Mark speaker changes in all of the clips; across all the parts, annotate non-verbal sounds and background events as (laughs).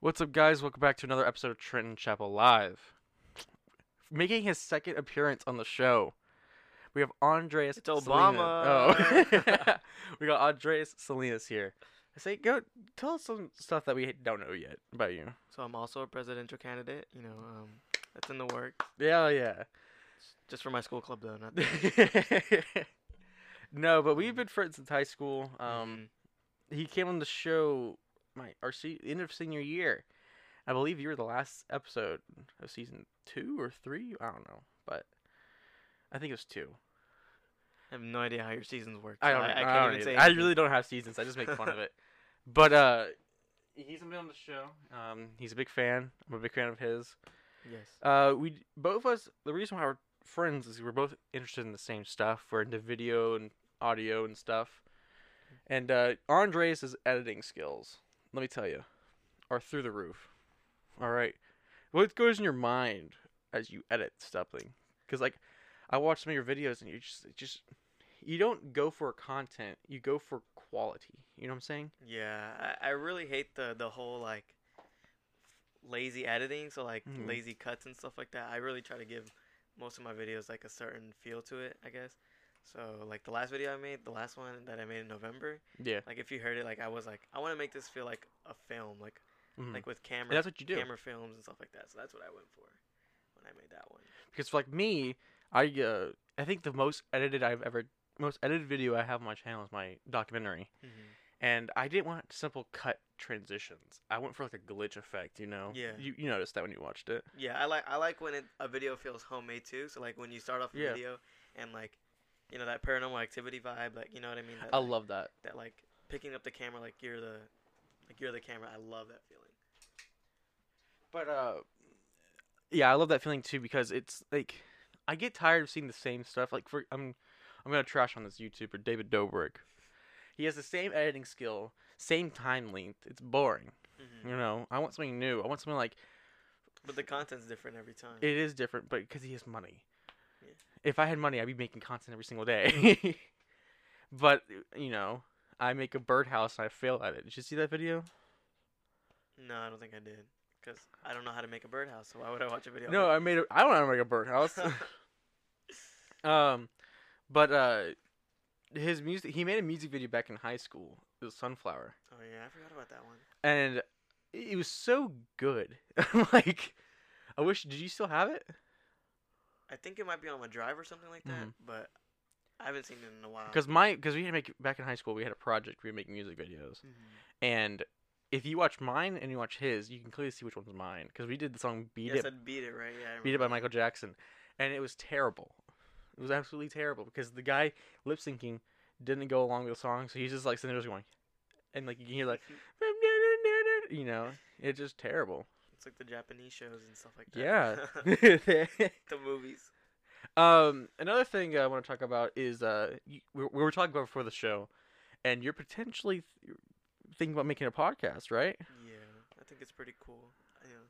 Speaker 1: What's up, guys? Welcome back to another episode of Trenton Chapel Live. Making his second appearance on the show, we have Andreas.
Speaker 2: It's
Speaker 1: Salinas-
Speaker 2: Obama.
Speaker 1: Oh, (laughs) we got Andreas Salinas here. I say, go tell us some stuff that we don't know yet about you.
Speaker 2: So I'm also a presidential candidate. You know, um, that's in the work.
Speaker 1: Yeah, yeah.
Speaker 2: Just for my school club though. Not (laughs) the-
Speaker 1: (laughs) no, but we've been friends since high school. Um, he came on the show my our se- end of senior year. I believe you were the last episode of season two or three. I don't know, but I think it was two.
Speaker 2: (laughs) I have no idea how your seasons work.
Speaker 1: I
Speaker 2: so
Speaker 1: don't. I,
Speaker 2: I,
Speaker 1: don't
Speaker 2: can't even
Speaker 1: either.
Speaker 2: say.
Speaker 1: I
Speaker 2: anything.
Speaker 1: really don't have seasons. I just make fun of
Speaker 2: (laughs)
Speaker 1: it. But uh, he's been on the show. Um, he's a big fan. I'm a big fan of his.
Speaker 2: Yes.
Speaker 1: Uh, we d- both of us. The reason why we're friends is we're both interested in the same stuff. We're into video and audio and stuff. And uh, Andres' editing skills, let me tell you, are through the roof. All right, what goes in your mind as you edit something? Because like, I watch some of your videos and you just it just you don't go for content, you go for quality. You know what I'm saying?
Speaker 2: Yeah. I, I really hate the the whole like lazy editing. So like
Speaker 1: Mhm.
Speaker 2: lazy cuts and stuff like that. I really try to give most of my videos like a certain feel to it. I guess. So like the last video I made, the last one that I made in November,
Speaker 1: Yeah.
Speaker 2: like if you heard it, like I was like, I want to make this feel like a film, like
Speaker 1: Mhm.
Speaker 2: like with camera.
Speaker 1: that's what you do.
Speaker 2: Camera films and stuff like that. So that's what I went for when I made that one.
Speaker 1: because for like me, I uh, I think the most edited I've ever most edited video I have on my channel is my documentary, and I didn't want simple cut transitions. I went for like a glitch effect, you know.
Speaker 2: Yeah.
Speaker 1: You you noticed that when you watched it.
Speaker 2: Yeah, I like I like when it, a video feels homemade too. So like when you start off a
Speaker 1: Yeah.
Speaker 2: video and like, you know that paranormal activity vibe, like you know what I mean. That,
Speaker 1: I
Speaker 2: like,
Speaker 1: love that.
Speaker 2: that like picking up the camera like you're the, like you're the camera. I love that feeling.
Speaker 1: But uh, yeah, I love that feeling too because it's like I get tired of seeing the same stuff. Like for I'm I'm gonna trash on this YouTuber David Dobrik. He has the same editing skill, same time length. It's boring,
Speaker 2: Mm-hmm.
Speaker 1: you know. I want something new. I want something like
Speaker 2: But the content's different every time.
Speaker 1: It is different, but because he has money.
Speaker 2: Yeah.
Speaker 1: If I had money, I'd be making content every single day. (laughs) but you know, I make a birdhouse and I fail at it. Did you see that video?
Speaker 2: no, I don't think I did because I don't know how to make a birdhouse. So why would I watch a video? Oh,
Speaker 1: No,
Speaker 2: (laughs)
Speaker 1: I made. A, I don't know how to make a birdhouse. (laughs) um, but uh, his music. He made a music video back in high school. It was Sunflower.
Speaker 2: oh yeah, I forgot about that one.
Speaker 1: and it was so good. (laughs) I'm like, I wish. Did you still have it?
Speaker 2: I think it might be on my drive or something like that,
Speaker 1: Mm-hmm.
Speaker 2: but I haven't seen it in a while.
Speaker 1: Because my because we had to make back in high school. We had a project. We would make music videos.
Speaker 2: Mhm.
Speaker 1: And if you watch mine and you watch his, you can clearly see which one's mine because we did the song "Beat
Speaker 2: yes,
Speaker 1: It"
Speaker 2: I'd beat it right. Yeah, I
Speaker 1: "Beat It"
Speaker 2: remember
Speaker 1: by
Speaker 2: that.
Speaker 1: Michael Jackson, and it was terrible. It was absolutely terrible because the guy lip syncing didn't go along with the song, so he's just like sitting there just going, and like you can hear like, (laughs) you know, it's just terrible. (laughs)
Speaker 2: It's like the Japanese shows and stuff like
Speaker 1: Yeah.
Speaker 2: that. (laughs) the movies.
Speaker 1: um, another thing I want to talk about is uh, y- we we were talking about before the show, and you're potentially th- thinking about making a podcast, right?
Speaker 2: Yeah, I think it's pretty cool. You know,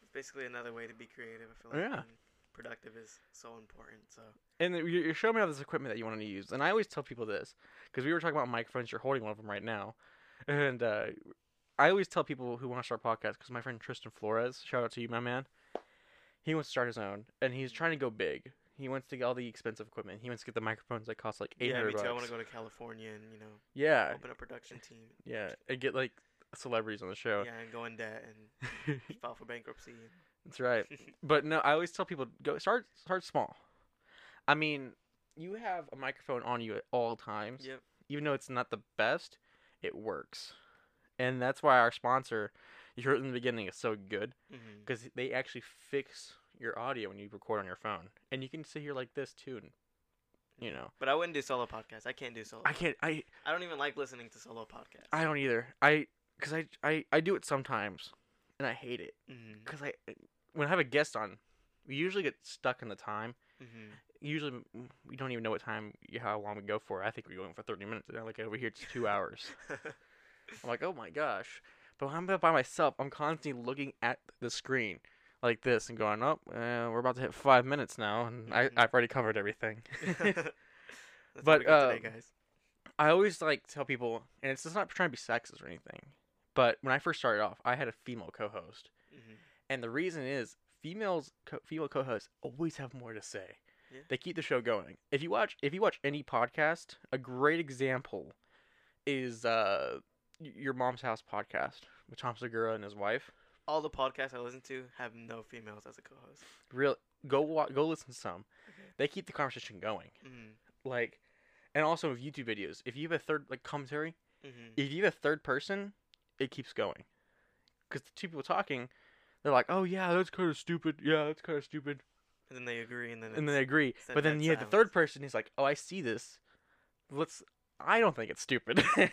Speaker 2: it's basically another way to be creative. I feel like
Speaker 1: Yeah.
Speaker 2: being productive is so important. So
Speaker 1: And then you're you're showing me all this equipment that you wanted to use. And I always tell people this because we were talking about microphones. You're holding one of them right now. And uh, I always tell people who want to start podcasts because my friend Tristan Flores, shout out to you, my man. He wants to start his own, and he's trying to go big. He wants to get all the expensive equipment. He wants to get the microphones that cost like eight
Speaker 2: yeah, me
Speaker 1: hundred
Speaker 2: too. I want
Speaker 1: bucks.
Speaker 2: to go to California and you know
Speaker 1: yeah,
Speaker 2: open a production
Speaker 1: (laughs)
Speaker 2: team.
Speaker 1: yeah, and get like celebrities on the show.
Speaker 2: Yeah, and go in debt and
Speaker 1: (laughs)
Speaker 2: file for bankruptcy. (laughs)
Speaker 1: That's right. But no, I always tell people go start start small. I mean, you have a microphone on you at all times.
Speaker 2: yep.
Speaker 1: even though it's not the best, it works. And that's why our sponsor, (laughs) you heard in the beginning, is so good
Speaker 2: hmm
Speaker 1: because they actually fix your audio when you record on your phone. And you can sit here like this too. And, you know,
Speaker 2: But I wouldn't do solo podcasts. I can't do solo.
Speaker 1: I can't, I,
Speaker 2: I don't even like listening to solo podcasts.
Speaker 1: I don't either. I, because I, I, I do it sometimes and I hate it
Speaker 2: Mm-hmm.
Speaker 1: because I, when I have a guest on, we usually get stuck in the time. (laughs)
Speaker 2: hmm
Speaker 1: Usually, mm, we don't even know what time, how long we go for. I think we're going for 30 minutes. And like over here, it's two hours. I'm like, oh my gosh. But when I'm by myself, I'm constantly looking at the screen like this and going, oh, uh, we're about to hit five minutes now, and I,
Speaker 2: Mhm.
Speaker 1: I've already covered everything.
Speaker 2: (laughs)
Speaker 1: (laughs)
Speaker 2: That's
Speaker 1: But,
Speaker 2: what we got
Speaker 1: um,
Speaker 2: today, guys.
Speaker 1: I always like tell people, and it's just not trying to be sexist or anything, But when I first started off, I had a female co-host,
Speaker 2: hmm
Speaker 1: and the reason is females, co- female co-hosts always have more to say.
Speaker 2: Yeah.
Speaker 1: They keep the show going. If you watch, if you watch any podcast, a great example is uh, y- your mom's house podcast with Tom Segura and his wife.
Speaker 2: All the podcasts I listen to have no females as a co-host.
Speaker 1: Real, go wa- go listen to some.
Speaker 2: Okay.
Speaker 1: They keep the conversation going.
Speaker 2: Mm,
Speaker 1: Like, and also with YouTube videos, if you have a third like commentary,
Speaker 2: hmm
Speaker 1: if you have a third person, it keeps going. Because the two people talking, they're like, "Oh yeah, that's kind of stupid. Yeah, that's kind of stupid."
Speaker 2: And then they agree, and then
Speaker 1: and then they
Speaker 2: it's-
Speaker 1: agree.
Speaker 2: it's that
Speaker 1: But then
Speaker 2: dead
Speaker 1: you have the third person who's like, "Oh, I see this. Let's." I don't think it's
Speaker 2: (laughs)
Speaker 1: stupid. (laughs)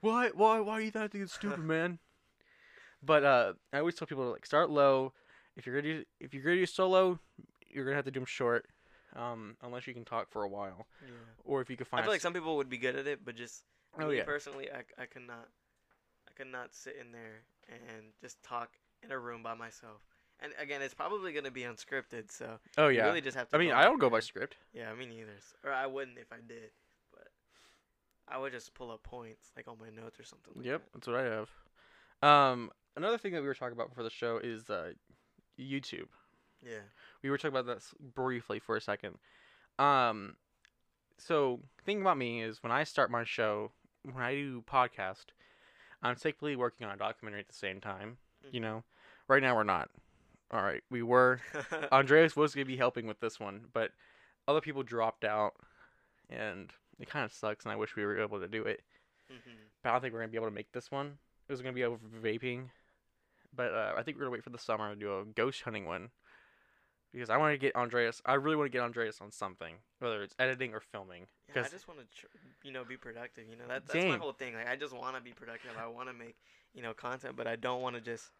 Speaker 1: why? Why? Why do you think it's stupid, man? But uh, I always tell people to like start low. If you're gonna do, if you're gonna do solo, you're gonna have to do them short, um, unless you can talk for a while,
Speaker 2: yeah.
Speaker 1: or if you can
Speaker 2: I
Speaker 1: find.
Speaker 2: feel
Speaker 1: a
Speaker 2: like
Speaker 1: s-
Speaker 2: some people would be good at it, but just
Speaker 1: oh
Speaker 2: me
Speaker 1: yeah,
Speaker 2: personally, I I could not, I could not sit in there and just talk in a room by myself. And again, it's probably gonna be unscripted, so
Speaker 1: oh
Speaker 2: you
Speaker 1: yeah.
Speaker 2: really just have to.
Speaker 1: I mean,
Speaker 2: go
Speaker 1: I
Speaker 2: with
Speaker 1: don't
Speaker 2: it,
Speaker 1: go by
Speaker 2: man.
Speaker 1: script.
Speaker 2: Yeah, me neither. s- Or I wouldn't if I did, but I would just pull up points like on my notes or something. Like
Speaker 1: Yep, that's what I have. Um, another thing that we were talking about before the show is uh, YouTube.
Speaker 2: That. Yeah. (laughs)
Speaker 1: we were talking about this briefly for a second. Um, so thing about me is when I start my show, when I do podcast, I'm secretly working on a documentary at the same time. You know, right now we're not. All right, we were. Andreas was gonna be helping with this one, but other people dropped out, and it kind of sucks. And I wish we were able to do it,
Speaker 2: Mhm.
Speaker 1: but I don't think we're gonna be able to make this one. It was gonna be over vaping, but uh, I think we're gonna wait for the summer to do a ghost hunting one because I want to get Andreas. I really want to get Andreas on something, whether it's editing or filming.
Speaker 2: Yeah, I
Speaker 1: Because
Speaker 2: just want to, tr- you know, be productive. You know, that, that's my
Speaker 1: Dang.
Speaker 2: whole thing. Like, I just want to be productive. I want to make, you know, content, but I don't want to just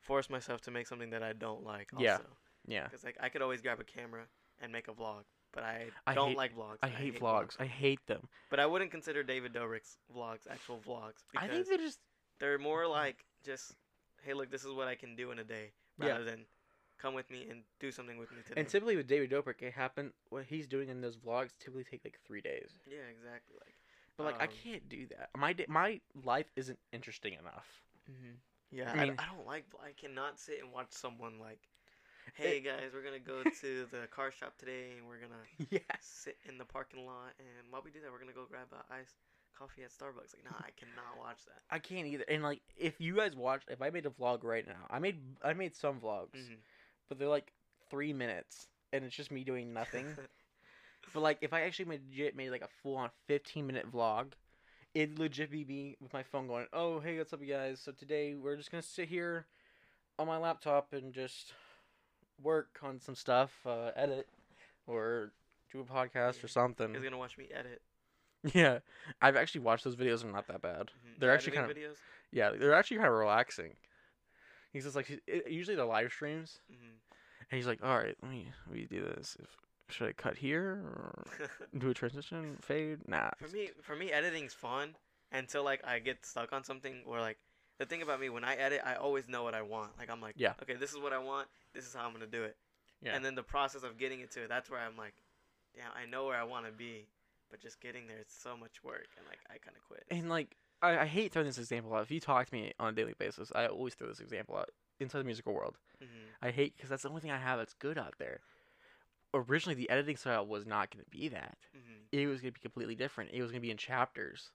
Speaker 2: force myself to make something that I don't like. Also.
Speaker 1: Yeah. yeah,
Speaker 2: Because like I could always grab a camera and make a vlog, but I,
Speaker 1: I
Speaker 2: don't
Speaker 1: hate-
Speaker 2: like vlogs.
Speaker 1: I
Speaker 2: and
Speaker 1: hate vlogs. I hate them.
Speaker 2: But I wouldn't consider David Dobrik's vlogs actual vlogs because
Speaker 1: I think Mm-hmm. they're just
Speaker 2: they're more like just, hey, look, this is what I can do in a day,
Speaker 1: Yeah.
Speaker 2: rather than come with me and do something with me today.
Speaker 1: and typically with David Dobrik, it happened. What he's doing in those vlogs typically take like three days.
Speaker 2: yeah, exactly. Like,
Speaker 1: But like I
Speaker 2: Um,
Speaker 1: can't do that. My da- my life isn't interesting enough.
Speaker 2: yeah,
Speaker 1: Mm-hmm. I
Speaker 2: I, d-
Speaker 1: mean-
Speaker 2: I don't like. I cannot sit and watch someone like, hey guys, we're gonna go to the car shop today and we're gonna
Speaker 1: (laughs) yeah.
Speaker 2: sit in the parking lot and while we do that, we're gonna go grab a iced coffee at Starbucks. Like, nah, I cannot watch that.
Speaker 1: I can't either. And like, if you guys watch, if I made a vlog right now, I made I made some vlogs, but they're like three minutes, and it's just me doing
Speaker 2: (laughs)
Speaker 1: nothing. but like, if I actually made legit made like a full on fifteen minute vlog, it'd legit be me with my phone going, "Oh hey, what's up, you guys? So today we're just gonna sit here on my laptop and just work on some stuff, uh, edit, or do a podcast or something."
Speaker 2: He's gonna watch me edit.
Speaker 1: (laughs) Yeah, I've actually watched those videos. and They're not that bad.
Speaker 2: Mhm.
Speaker 1: They're
Speaker 2: The
Speaker 1: actually
Speaker 2: editing
Speaker 1: kind of
Speaker 2: videos.
Speaker 1: yeah, they're actually kind of relaxing. He's just like he- it, usually the live streams, and he's like, "All right, let me let me do this. If, should I cut here or
Speaker 2: (laughs) Mhm.
Speaker 1: do a transition fade? Nah."
Speaker 2: for me, for me, editing's fun until like I get stuck on something or like the thing about me when I edit, I always know what I want. Like I'm like,
Speaker 1: Yeah.
Speaker 2: okay, this is what I want. This is how I'm gonna do it.
Speaker 1: Yeah.
Speaker 2: And then the process of getting it to it, that's where I'm like, damn, I know where I want to be, but just getting there, it's so much work, and like I kind of quit.
Speaker 1: and like I, I hate throwing this example out. If you talk to me on a daily basis, I always throw this example out inside the musical world.
Speaker 2: Mhm.
Speaker 1: I hate because that's the only thing I have that's good out there. Originally, the editing style was not going to be that.
Speaker 2: Mhm.
Speaker 1: It was going to be completely different. It was going to be in chapters.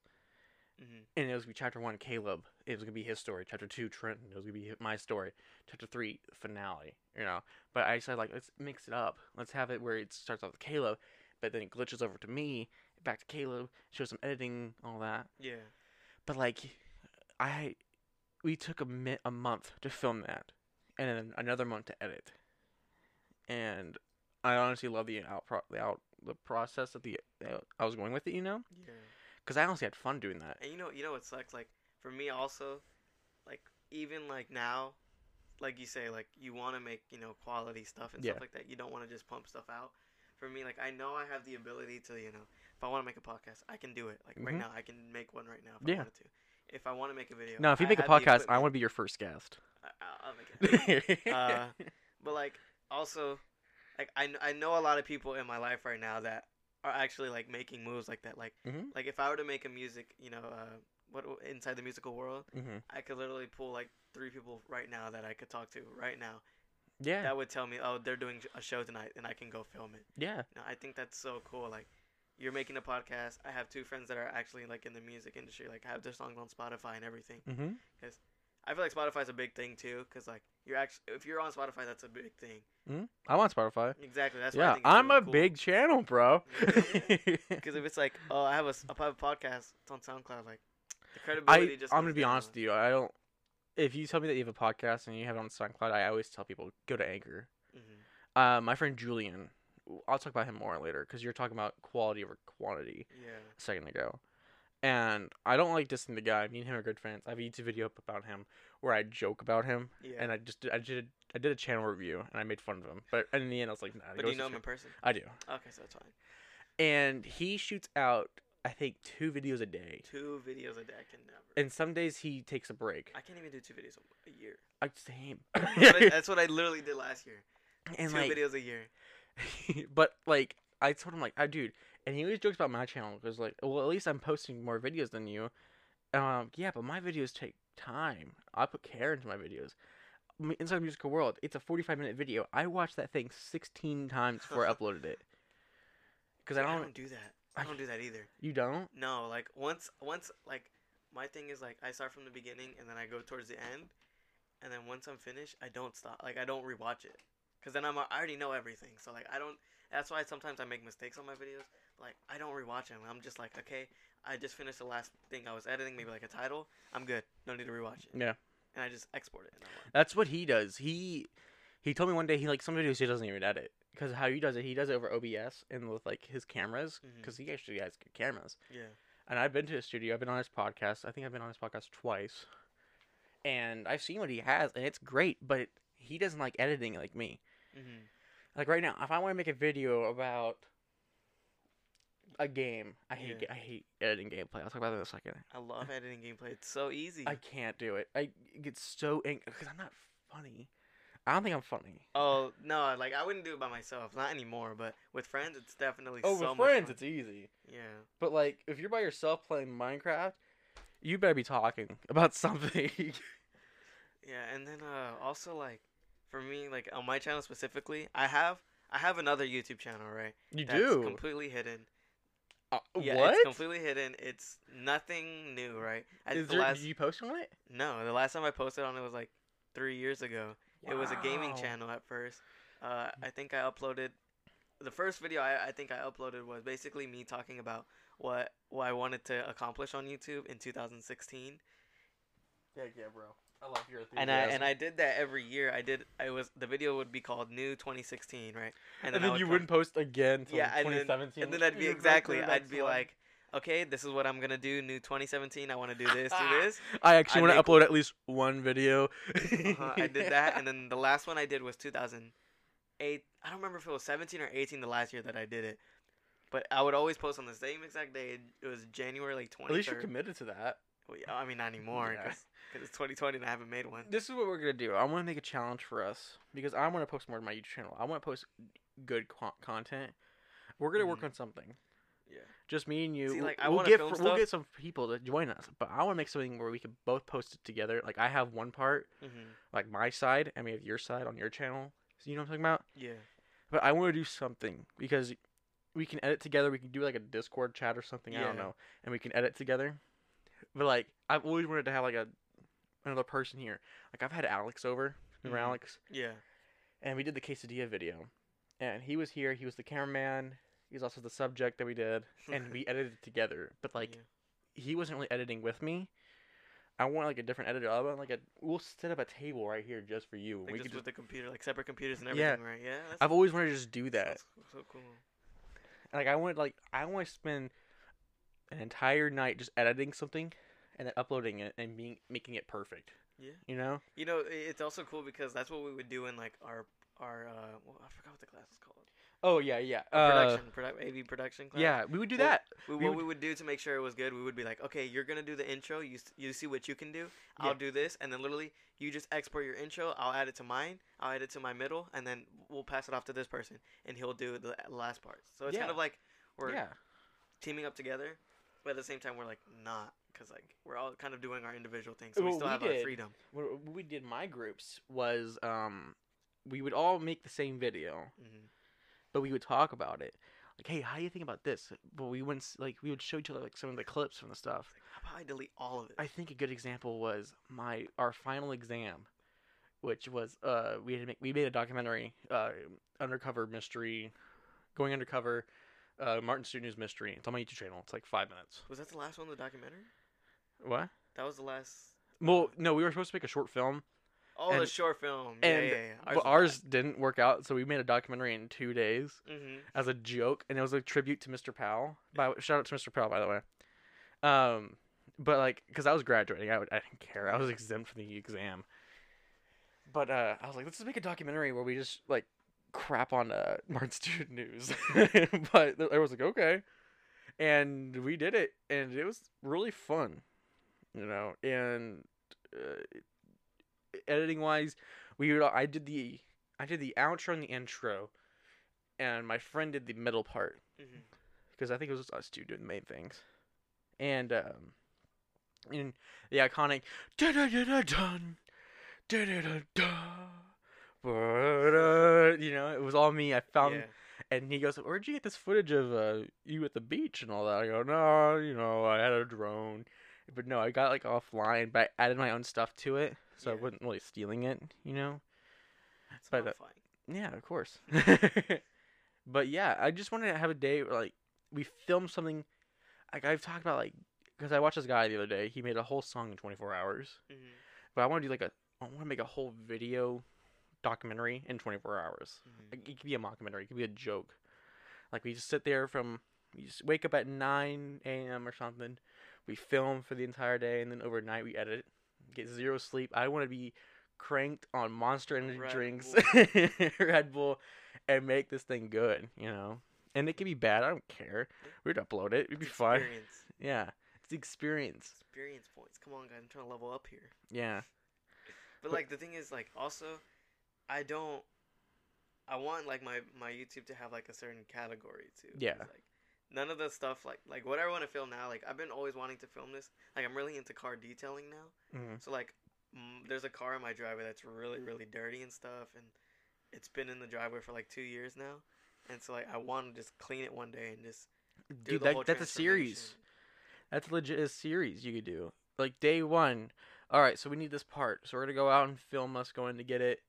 Speaker 2: Mhm.
Speaker 1: and it was gonna be chapter one, Caleb. It was gonna be his story. Chapter two, Trenton. It was gonna be hi- my story. Chapter three, finale. You know, but I said like let's mix it up. Let's have it where it starts off with Caleb, but then it glitches over to me, back to Caleb, shows some editing, all that.
Speaker 2: Yeah.
Speaker 1: But like, I, we took a mi- a month to film that, and then another month to edit. And I honestly love the out pro- the out the process that the that I was going with it. You know,
Speaker 2: Yeah.
Speaker 1: because I honestly had fun doing that.
Speaker 2: And you know, you know what sucks? Like for me also, like even like now, like you say, like you want to make you know quality stuff and
Speaker 1: Yeah.
Speaker 2: stuff like that. You don't want to just pump stuff out. For me, like I know I have the ability to you know, if I want to make a podcast, I can do it. Like right
Speaker 1: Mhm.
Speaker 2: now, I can make one right now if
Speaker 1: Yeah.
Speaker 2: I wanted to. If I want to make a video,
Speaker 1: No, if you
Speaker 2: I
Speaker 1: make a
Speaker 2: have the
Speaker 1: podcast, I
Speaker 2: equipment.
Speaker 1: want to be your first guest.
Speaker 2: I- I'll- I'll make
Speaker 1: (laughs)
Speaker 2: it. (laughs) Uh, But like also, like I, kn- I know a lot of people in my life right now that are actually like making moves like that. Like
Speaker 1: Mhm.
Speaker 2: like if I were to make a music, you know, uh, what inside the musical world,
Speaker 1: hmm
Speaker 2: I could literally pull like three people right now that I could talk to right now.
Speaker 1: Yeah,
Speaker 2: That would tell me, oh, they're doing a show tonight, and I can go film it.
Speaker 1: yeah,
Speaker 2: No, I think that's so cool. Like, you're making a podcast. I have two friends that are actually like in the music industry. Like, I have their songs on Spotify and everything.
Speaker 1: mm-hmm.
Speaker 2: I feel like Spotify's a big thing too, because like you're actually if you're on Spotify, that's a big thing.
Speaker 1: I'm on Spotify.
Speaker 2: Exactly. That's
Speaker 1: yeah, I'm a big channel,
Speaker 2: (laughs)
Speaker 1: bro. (laughs)
Speaker 2: Because if it's like, oh, I have a, s- I have a podcast, it's on SoundCloud. Like, the credibility
Speaker 1: I,
Speaker 2: just.
Speaker 1: I'm gonna be honest with you. I don't. If you tell me that you have a podcast and you have it on SoundCloud, I always tell people go to Anchor.
Speaker 2: Mm-hmm.
Speaker 1: Uh, my friend Julian, I'll talk about him more later because you're talking about quality over quantity.
Speaker 2: Yeah.
Speaker 1: a second ago. And I don't like dissing the guy. Me and him are good friends. I have a YouTube video up about him where I joke about him,
Speaker 2: Yeah.
Speaker 1: and I just I did I did a channel review and I made fun of him. But and in the end, I was like, nah.
Speaker 2: but
Speaker 1: go
Speaker 2: do you know
Speaker 1: listen
Speaker 2: him
Speaker 1: to
Speaker 2: in person?
Speaker 1: your- I do.
Speaker 2: Okay, so that's fine.
Speaker 1: And he shoots out I think two videos a day,
Speaker 2: Two videos a day, I can never.
Speaker 1: and some days he takes a break.
Speaker 2: I can't even do two videos a, a year.
Speaker 1: (laughs) I
Speaker 2: (laughs)
Speaker 1: same.
Speaker 2: That's what I- that's what I literally did last year.
Speaker 1: (laughs) and
Speaker 2: two
Speaker 1: like,
Speaker 2: videos a year.
Speaker 1: (laughs) but like I told him like, I dude, and he always jokes about my channel because like, well, at least I'm posting more videos than you. Um, yeah, but my videos take time. I put care into my videos. M- Inside the Musical World, it's a 45 minute video. I watched that thing 16 times before I uploaded it. Because I
Speaker 2: I
Speaker 1: don't.
Speaker 2: don't do that.
Speaker 1: I-
Speaker 2: I don't do that either.
Speaker 1: You don't?
Speaker 2: No, like once once like my thing is like I start from the beginning and then I go towards the end, and then once I'm finished, I don't stop. Like I don't rewatch it, cause then I'm I already know everything. So like I don't. That's why sometimes I make mistakes on my videos. Like I don't rewatch them. I'm just like okay, I just finished the last thing I was editing, maybe like a title. I'm good. No need to rewatch it.
Speaker 1: Yeah.
Speaker 2: And I just export it. And I'm like,
Speaker 1: That's what he does. He he told me one day he like some videos he doesn't even edit because how he does it he does it over OBS and with like his cameras
Speaker 2: Mhm.
Speaker 1: because he actually has good cameras.
Speaker 2: yeah.
Speaker 1: and I've been to his studio. I've been on his podcast. I think I've been on his podcast twice, and I've seen what he has, and it's great. But he doesn't like editing like me.
Speaker 2: hmm
Speaker 1: Like right now, if I want to make a video about a game, I hate
Speaker 2: Yeah.
Speaker 1: ga- I hate editing gameplay. I'll talk about that in a second.
Speaker 2: I
Speaker 1: (laughs)
Speaker 2: love editing gameplay. It's so easy.
Speaker 1: I can't do it. I get so angry because I'm not funny. I don't think I'm funny.
Speaker 2: Oh no! Like I wouldn't do it by myself, not anymore. But with friends, it's definitely
Speaker 1: Oh,
Speaker 2: so
Speaker 1: with
Speaker 2: much
Speaker 1: friends,
Speaker 2: fun.
Speaker 1: it's e- easy.
Speaker 2: yeah.
Speaker 1: But like, if you're by yourself playing Minecraft, you better be talking about (laughs) something.
Speaker 2: Yeah, and then uh, also like for me, like on my channel specifically, I have I have another YouTube channel, right?
Speaker 1: you
Speaker 2: That's
Speaker 1: do.
Speaker 2: completely hidden.
Speaker 1: Uh,
Speaker 2: Yeah,
Speaker 1: what?
Speaker 2: It's completely hidden. It's nothing new, right? I,
Speaker 1: Is
Speaker 2: the
Speaker 1: there,
Speaker 2: last,
Speaker 1: did you post on it?
Speaker 2: No, the last time I posted on it was like three years ago. It was a gaming channel at first. Uh, I think I uploaded the first video I, I think I uploaded was basically me talking about what what I wanted to accomplish on YouTube in 2016.
Speaker 1: Yeah, yeah, bro. I love your
Speaker 2: and I and I did that every year. I did. I was the video would be called New 2016, right?
Speaker 1: and,
Speaker 2: I
Speaker 1: then, you
Speaker 2: come-
Speaker 1: wouldn't post again till
Speaker 2: Yeah, and then,
Speaker 1: 2017.
Speaker 2: and then I'd
Speaker 1: You'd
Speaker 2: be
Speaker 1: wait for
Speaker 2: exactly.
Speaker 1: the
Speaker 2: I'd
Speaker 1: next
Speaker 2: be
Speaker 1: one.
Speaker 2: like, okay, this is what I'm gonna do. New 2017. I want to do this. Do this.
Speaker 1: I actually
Speaker 2: I
Speaker 1: want to
Speaker 2: make-
Speaker 1: upload at least one video.
Speaker 2: Uh-huh, I
Speaker 1: (laughs)
Speaker 2: did that, and then the last one I did was 2008. I don't remember if it was 17 or 18 the last year that I did it, but I would always post on the same exact day. It was January like 23rd.
Speaker 1: At least you're committed to that.
Speaker 2: Well, yeah, I mean, not anymore
Speaker 1: Yeah.
Speaker 2: because it's 2020 and I haven't made one.
Speaker 1: This is what we're gonna do. I want to make a challenge for us because I want to post more to my YouTube channel. I want to post good co- content. We're gonna work
Speaker 2: Mhm.
Speaker 1: on something.
Speaker 2: Yeah.
Speaker 1: Just me and you.
Speaker 2: See,
Speaker 1: We'll-
Speaker 2: like, I
Speaker 1: we'll
Speaker 2: wanna
Speaker 1: get
Speaker 2: film
Speaker 1: fr- we'll
Speaker 2: stuff.
Speaker 1: get some people to join us, but I want to make something where we can both post it together. Like I have one part,
Speaker 2: hmm
Speaker 1: like my side, and we have your side on your channel. So you know what I'm talking about?
Speaker 2: Yeah.
Speaker 1: But I want to do something because we can edit together. We can do like a Discord chat or something. I don't
Speaker 2: Yeah.
Speaker 1: know, and we can edit together. But like, I've always wanted to have like a another person here. Like I've had Alex over, remember
Speaker 2: Mhm.
Speaker 1: Alex,
Speaker 2: Yeah.
Speaker 1: and we did the quesadilla video, and he was here. He was the cameraman. He was also the subject that we did, and
Speaker 2: (laughs)
Speaker 1: we edited it together. But like,
Speaker 2: Yeah.
Speaker 1: he wasn't really editing with me. I want like a different editor. I want like a. We'll set up a table right here just for you. and
Speaker 2: Like
Speaker 1: we
Speaker 2: just
Speaker 1: could
Speaker 2: with
Speaker 1: just,
Speaker 2: the computer, like separate computers and
Speaker 1: Yeah.
Speaker 2: everything, right? Yeah. that's-
Speaker 1: I've always wanted to just do that.
Speaker 2: that's so cool.
Speaker 1: like I want like I want to spend an entire night just editing something and then uploading it and being making it perfect.
Speaker 2: Yeah.
Speaker 1: You know?
Speaker 2: You know, i- it's also cool because that's what we would do in like our our uh, well, I forgot what the class is called.
Speaker 1: Oh yeah, yeah.
Speaker 2: A
Speaker 1: Uh,
Speaker 2: production, product, AV production class.
Speaker 1: yeah, we would do
Speaker 2: Well,
Speaker 1: that.
Speaker 2: We,
Speaker 1: we
Speaker 2: what
Speaker 1: would-
Speaker 2: we would do to make sure it was good, we would be like, okay, you're gonna do the intro. You s- you see what you can do.
Speaker 1: Yeah.
Speaker 2: I'll do this, and then literally you just export your intro. I'll add it to mine. I'll add it to my middle, and then we'll pass it off to this person, and he'll do the last part. So it's
Speaker 1: Yeah.
Speaker 2: kind of like we're
Speaker 1: yeah.
Speaker 2: teaming up together, but at the same time we're like not because like we're all kind of doing our individual things, so we
Speaker 1: Well,
Speaker 2: still
Speaker 1: we
Speaker 2: have
Speaker 1: did.
Speaker 2: our freedom.
Speaker 1: What what we did in my groups was um, we would all make the same video,
Speaker 2: Mhm.
Speaker 1: but we would talk about it. Like, hey, how do you think about this? But we wouldn't s- like we would show each other like some of the clips from the stuff.
Speaker 2: How about I delete all of it?
Speaker 1: I think a good example was my our final exam, which was uh we had to make, we made a documentary uh undercover mystery, going undercover, uh Martin Studios mystery. It's on my YouTube channel. It's like five minutes.
Speaker 2: was that the last one, the documentary?
Speaker 1: What?
Speaker 2: That was the last.
Speaker 1: Well, no, we were supposed to make a short film,
Speaker 2: Oh, the
Speaker 1: And-
Speaker 2: short film.
Speaker 1: and-
Speaker 2: yeah, yeah, yeah.
Speaker 1: but ours didn't work out, so we made a documentary in two days
Speaker 2: Mm-hmm.
Speaker 1: as a joke, and it was a tribute to Mr. Powell. By shout out to Mr. Powell, by the way. Um, but like, cause I was graduating, I, would, I didn't care. I was exempt from the exam. But uh, I was like, let's just make a documentary where we just like crap on uh, (laughs) Martin Stewart News. (laughs) but I was like, okay, and we did it, and it was really fun, you know. And uh, editing wise, we would, I did the I did the outro and the intro, and my friend did the middle part
Speaker 2: Mm-hmm.
Speaker 1: (laughs) because I think it was just us two doing the main things, and um, and the iconic da da da da dun da da da da you know it was all me. I found
Speaker 2: yeah.
Speaker 1: and he goes, "Where'd you get this footage of uh, you at the beach and all that?" I go, "No, you know, I had a drone, but no, I got like offline, but I added my own stuff to it, so I
Speaker 2: Yeah.
Speaker 1: wasn't really stealing it, you know."
Speaker 2: It's
Speaker 1: but, uh,
Speaker 2: horrifying.
Speaker 1: Yeah, of course. (laughs) but yeah, I just wanted to have a day where like we filmed something. Like I've talked about like because I watched this guy the other day. He made a whole song in 24 hours,
Speaker 2: Mhm.
Speaker 1: but I want to do like a I want to make a whole video documentary in 24 hours.
Speaker 2: Mhm.
Speaker 1: Like, It could be a mockumentary. It could be a joke. Like we just sit there from we just wake up at 9 a.m. or something. We film for the entire day, and then overnight we edit. Get zero sleep. I want to be cranked on Monster Energy
Speaker 2: Red
Speaker 1: drinks, (laughs) Red Bull, and make this thing good. You know, and it could be bad. I don't care. We'd upload it. It'd be fun.
Speaker 2: Experience.
Speaker 1: Yeah, it's the experience.
Speaker 2: Experience points. Come on, guys. I'm trying to level up here.
Speaker 1: Yeah.
Speaker 2: But
Speaker 1: But-
Speaker 2: like the thing is, like also, I don't. I want like my my YouTube to have like a certain category too. 'cause,
Speaker 1: Yeah.
Speaker 2: Like, none of the stuff like like what I want to film now. Like I've been always wanting to film this. Like I'm really into car detailing now.
Speaker 1: Mhm.
Speaker 2: So like, mm, there's a car in my driveway that's really really dirty and stuff, and it's been in the driveway for like two years now. And so like I want to just clean it one day and just do
Speaker 1: Dude,
Speaker 2: the whole
Speaker 1: that, that's a series.
Speaker 2: transformation.
Speaker 1: That's legit a series you could do. Like day one. All right, so we need this part. So we're gonna go out and film us going to get it.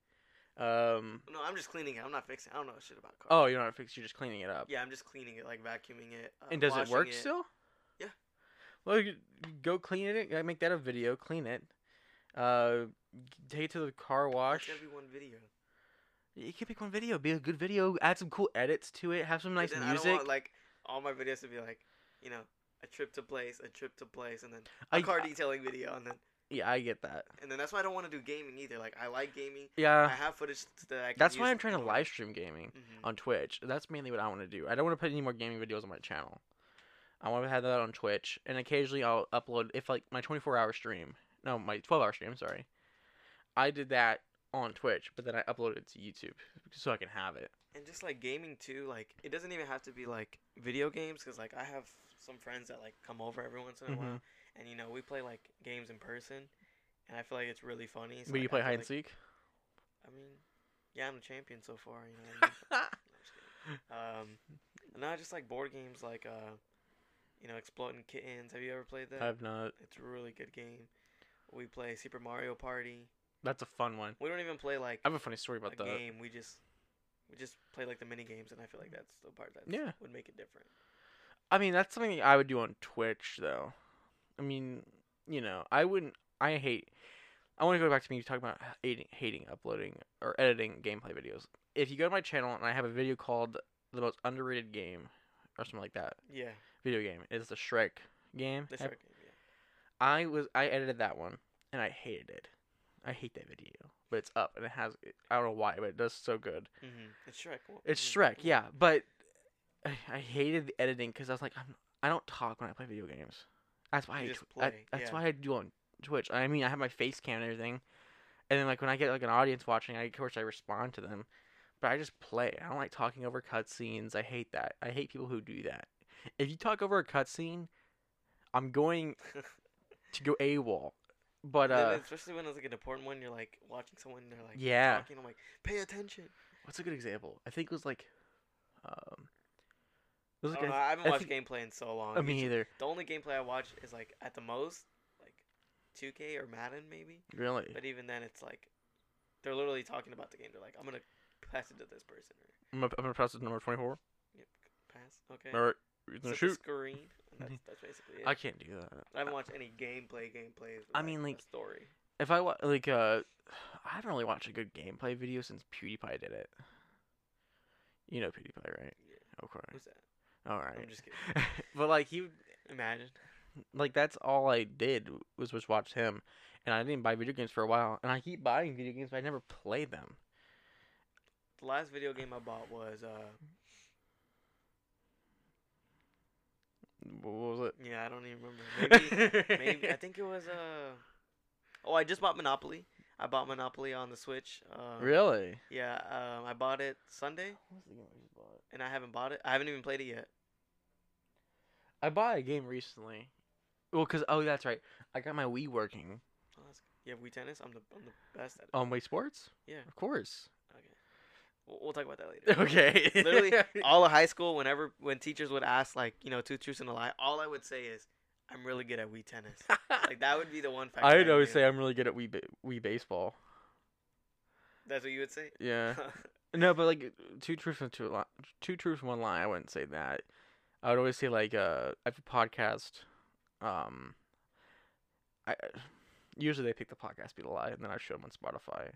Speaker 1: Um.
Speaker 2: No, I'm just cleaning it. I'm not fixing. It. I don't know shit about cars.
Speaker 1: Oh, you're not fixed. You're just cleaning it up.
Speaker 2: Yeah, I'm just cleaning it, like vacuuming it. Uh,
Speaker 1: Oh. And does it
Speaker 2: washing
Speaker 1: work still?
Speaker 2: Yeah.
Speaker 1: Well, you, you go clean it. uh, Make that a video. Clean it. Uh, g- take it to the car
Speaker 2: That's
Speaker 1: wash.
Speaker 2: gotta be one video.
Speaker 1: It could be one video. Be a good video. Add some cool edits to it. Have some
Speaker 2: But
Speaker 1: nice
Speaker 2: then I
Speaker 1: music.
Speaker 2: don't want like all my videos to be like, you know, a trip to place, a trip to place, and then a
Speaker 1: I-
Speaker 2: car
Speaker 1: I-
Speaker 2: detailing video, and then
Speaker 1: yeah, I get that.
Speaker 2: and then that's why I don't want to do gaming either. Like I like gaming. I
Speaker 1: Yeah,
Speaker 2: have footage that I. Can
Speaker 1: that's why I'm trying to live stream gaming
Speaker 2: hmm
Speaker 1: on Twitch. That's mainly what I want to do. I don't want to put any more gaming videos on my channel. I want to have that on Twitch, and occasionally I'll upload if like my 24-hour stream. No, my 12-hour stream. Sorry, I did that on Twitch, but then I uploaded it to YouTube so I can have it.
Speaker 2: And just like gaming too, like it doesn't even have to be like video games, because like I have some friends that like come over every once
Speaker 1: Mm-hmm.
Speaker 2: in a while, and you know we play like games in person, and I feel like it's really funny. so,
Speaker 1: Will you
Speaker 2: like,
Speaker 1: play
Speaker 2: I feel
Speaker 1: hide and
Speaker 2: like- (laughs)
Speaker 1: seek?
Speaker 2: I mean, yeah, I'm the champion so far. You
Speaker 1: (laughs)
Speaker 2: know. What I mean? No, I'm just kidding. Um, no, I just like board games like uh, you know, Exploding Kittens. Have you ever played that?
Speaker 1: I've not.
Speaker 2: It's a really good game. We play Super Mario Party.
Speaker 1: That's a fun one.
Speaker 2: We don't even play like
Speaker 1: I have a funny story
Speaker 2: a
Speaker 1: about that.
Speaker 2: game. We just we just play like the mini games, and I feel like that's the part that
Speaker 1: Yeah.
Speaker 2: would make it different.
Speaker 1: I mean, that's something I would do on Twitch though. I mean, you know, I wouldn't. I hate. I want to go back to me talking about hating, hating uploading or editing gameplay videos. If you go to my channel and I have a video called "The Most Underrated Game" or something like that,
Speaker 2: Yeah,
Speaker 1: video game is the Shrek game.
Speaker 2: the
Speaker 1: I-
Speaker 2: shark game. Yeah.
Speaker 1: I was I edited that one and I hated it. I hate that video, but it's up and it has. I don't know why, but it does so good.
Speaker 2: Mm-hmm. It's Shrek. well,
Speaker 1: It's
Speaker 2: mhm,
Speaker 1: Shrek,
Speaker 2: mhm.
Speaker 1: yeah, but I, I hated the editing because I was like, I'm, I don't talk when I play video games. That's why
Speaker 2: You
Speaker 1: I,
Speaker 2: just
Speaker 1: tw- that-
Speaker 2: play,
Speaker 1: that's
Speaker 2: yeah.
Speaker 1: why I do on Twitch. I mean, I have my face cam and everything, and then like when I get like an audience watching, I of course I respond to them, but I just play. I don't like talking over cutscenes. I hate that.
Speaker 2: (laughs)
Speaker 1: I hate people who do that. If you talk over a cutscene, I'm going to go AWOL. But
Speaker 2: And then
Speaker 1: uh,
Speaker 2: especially when it's like an important one, you're like watching someone, and they're like
Speaker 1: Yeah.
Speaker 2: talking. I'm like, pay attention.
Speaker 1: what's a good example? I think it was like, um, it
Speaker 2: Oh, I,
Speaker 1: was like
Speaker 2: don't
Speaker 1: a-
Speaker 2: know, I haven't
Speaker 1: I
Speaker 2: watched
Speaker 1: think-
Speaker 2: gameplay in so long.
Speaker 1: uh, me
Speaker 2: It's-
Speaker 1: either.
Speaker 2: The only gameplay I watch is like at the most like 2K or Madden maybe.
Speaker 1: Really?
Speaker 2: But even then, it's like they're literally talking about the game. They're like, I'm gonna pass it to this person. Or,
Speaker 1: I'm gonna, I'm gonna pass it to number twenty four.
Speaker 2: yep, pass. Okay.
Speaker 1: All right, you're gonna
Speaker 2: Set the
Speaker 1: shoot.
Speaker 2: screen.
Speaker 1: (laughs)
Speaker 2: and that's, that's basically it.
Speaker 1: I can't do that.
Speaker 2: I haven't watched any gameplay gameplays. with,
Speaker 1: I mean,
Speaker 2: a
Speaker 1: like-
Speaker 2: story.
Speaker 1: If I wa- like, uh, (sighs) I haven't really watched a good gameplay video since PewDiePie did it. You know PewDiePie, right?
Speaker 2: Yeah.
Speaker 1: Okay.
Speaker 2: Who's that?
Speaker 1: All right.
Speaker 2: just
Speaker 1: (laughs) but like he,
Speaker 2: Imagine.
Speaker 1: like that's all I did was just watch him, and I didn't buy video games for a while, and I keep buying video games, but I never play them.
Speaker 2: The last video game I bought was uh
Speaker 1: Wh- What was
Speaker 2: yeah I don't even remember
Speaker 1: (laughs)
Speaker 2: maybe
Speaker 1: it?
Speaker 2: maybe I think it was uh oh I just bought Monopoly. I bought Monopoly on the Switch.
Speaker 1: (laughs)
Speaker 2: Uh,
Speaker 1: really.
Speaker 2: Yeah. Um, I bought it Sunday,
Speaker 1: What was the game I just bought?
Speaker 2: and I haven't bought it. I haven't even played it yet.
Speaker 1: I bought a game recently. Well, cause oh, that's right. I got my Wii working
Speaker 2: Oh, that's good. Yeah, Wii Tennis. I'm the I'm the best at it.
Speaker 1: on Wii Sports.
Speaker 2: Yeah.
Speaker 1: of
Speaker 2: (laughs)
Speaker 1: course.
Speaker 2: Okay. We'll, we'll talk about that later.
Speaker 1: (laughs) Okay.
Speaker 2: Literally, all of high school, whenever when teachers would ask like you know two truths and a lie, all I would say is I'm really good at Wii Tennis.
Speaker 1: (laughs)
Speaker 2: like that would be the one fact.
Speaker 1: I would always say I'm really good at Wii ba- Wii baseball.
Speaker 2: that's what you would say.
Speaker 1: Yeah. No, but like two truths and two li- two truths one lie. I wouldn't say that. I would always say like uh, I have a podcast. Um, I usually they pick the podcast to be the lie, and then I show them on Spotify.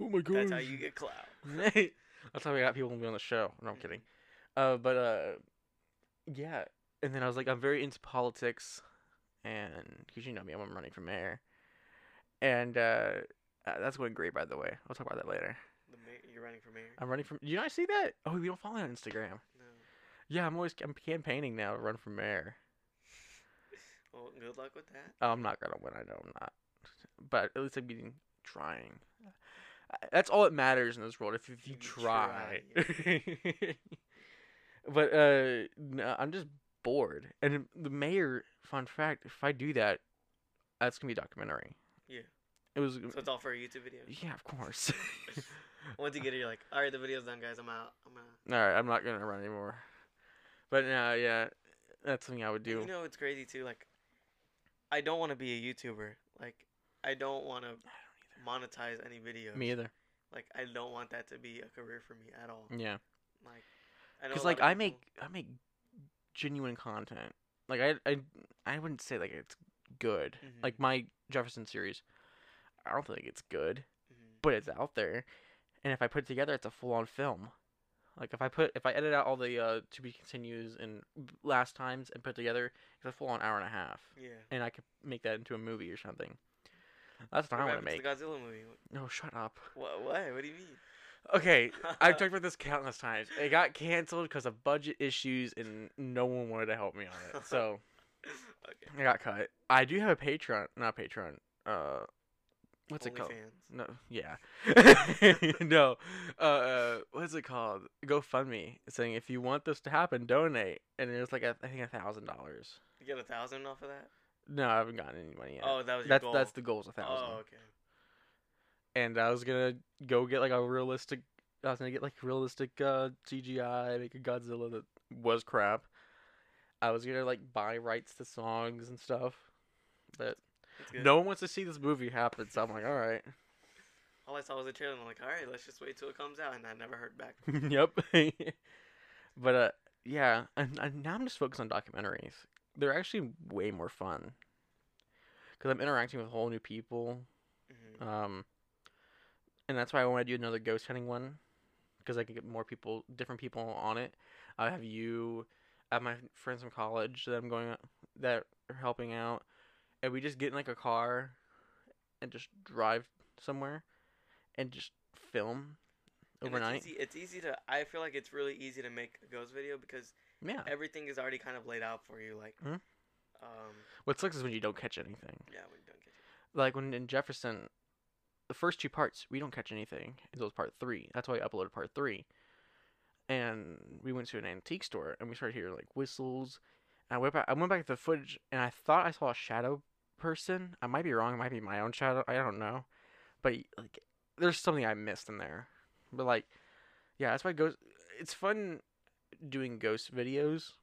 Speaker 1: Oh my god!
Speaker 2: (laughs) that's how you get clout.
Speaker 1: That's how we got people to be on the show. No, I'm kidding. Uh, but uh, yeah. And then I was like, I'm very into politics, and because you know me, I'm running for mayor, and uh, uh, that's going great. By the way, I'll talk about that later.
Speaker 2: The ma- you're running for mayor.
Speaker 1: I'm running from. Do you not see that? Oh, we don't follow on Instagram.
Speaker 2: No.
Speaker 1: Yeah, I'm always I'm campaigning now to run for mayor.
Speaker 2: Well, good luck with that.
Speaker 1: Oh, I'm not gonna win. I know I'm not, (laughs) but at least I'm getting trying. I- That's all that matters in this world. If, if you
Speaker 2: You
Speaker 1: try. (laughs) but uh, no, I'm just bored. And the mayor. Fun fact: If I do that, that's gonna be a documentary.
Speaker 2: Yeah.
Speaker 1: It was.
Speaker 2: So it's all for a YouTube video.
Speaker 1: (laughs) Yeah, of course. (laughs)
Speaker 2: Once you get it, you're like, all right, the video's done, guys. I'm out. I'm out.
Speaker 1: all right, I'm not gonna run anymore. But no, yeah, that's something I would do.
Speaker 2: And You know, it's crazy too. Like, I don't want to be a YouTuber. Like, I don't want to monetize any videos.
Speaker 1: Me either.
Speaker 2: Like, I don't want that to be a career for me at all.
Speaker 1: Yeah,
Speaker 2: Like, I know a
Speaker 1: because
Speaker 2: lot
Speaker 1: Mm. like
Speaker 2: of
Speaker 1: I
Speaker 2: people-
Speaker 1: make I make genuine content. Like I I I wouldn't say like it's good.
Speaker 2: Mm-hmm.
Speaker 1: Like my Jefferson series, I don't think it's good,
Speaker 2: Mhm.
Speaker 1: but it's out there. And if I put it together, it's a full on film. Like if I put if I edit out all the uh, to be continues and last times and put together, it's a full on hour and a half,
Speaker 2: yeah.
Speaker 1: and I could make that into a movie or something. That's what
Speaker 2: What
Speaker 1: I want
Speaker 2: happened
Speaker 1: to make.
Speaker 2: to the Godzilla movie? Wh-
Speaker 1: No, shut up.
Speaker 2: What? What? What do you
Speaker 1: (laughs)
Speaker 2: mean?
Speaker 1: Okay, I've talked about this countless times. It got canceled because of budget issues, and no one wanted to help me on
Speaker 2: (laughs)
Speaker 1: it, so
Speaker 2: (laughs) okay.
Speaker 1: I got cut. I do have a Patreon, not Patreon. Uh, what's it called?
Speaker 2: OnlyFans.
Speaker 1: No, yeah, (laughs) no. Uh, uh, what's it called? GoFundMe saying if you want this to happen, donate, and it was like a, I think a thousand dollars.
Speaker 2: You get a thousand off of that?
Speaker 1: No, I haven't gotten any money yet.
Speaker 2: Oh, that was your
Speaker 1: that's
Speaker 2: goal.
Speaker 1: that's the goal is a thousand.
Speaker 2: Oh, okay.
Speaker 1: and I was gonna go get like a realistic. I was gonna get like realistic uh, CGI, make a Godzilla that was crap. I was gonna like buy rights to songs and stuff, but
Speaker 2: That's good.
Speaker 1: no one wants to see this movie happen. So I'm like, all right, (laughs)
Speaker 2: All I saw was a trailer, and I'm like, all right, let's just wait till it comes out, and I never heard back.
Speaker 1: yep. (laughs) but uh, yeah, and, and now I'm just focused on documentaries. They're actually way more fun because I'm interacting with whole new people.
Speaker 2: Mhm.
Speaker 1: Um, and that's why I want to do another ghost hunting one, because I can get more people, different people on it. I have you, I have my friends from college that I'm going out, that are helping out, and we just get in like a car, and just drive somewhere, and just film
Speaker 2: And
Speaker 1: overnight.
Speaker 2: It's easy, it's easy to. I feel like it's really easy to make a ghost video because
Speaker 1: Yeah.
Speaker 2: everything is already kind of laid out for you. Like,
Speaker 1: Mhm.
Speaker 2: um,
Speaker 1: What sucks is when you don't catch anything.
Speaker 2: yeah, when you don't get it.
Speaker 1: Like when in Jefferson, the first two parts we don't catch anything until it's part three. That's why I uploaded part three. And we went to an antique store and we started hearing like whistles. And I went back. I went back to the footage and I thought I saw a shadow person. I might be wrong. It might be my own shadow. I don't know. But like, there's something I missed in there. But like, yeah, that's why ghost. It's fun doing ghost videos.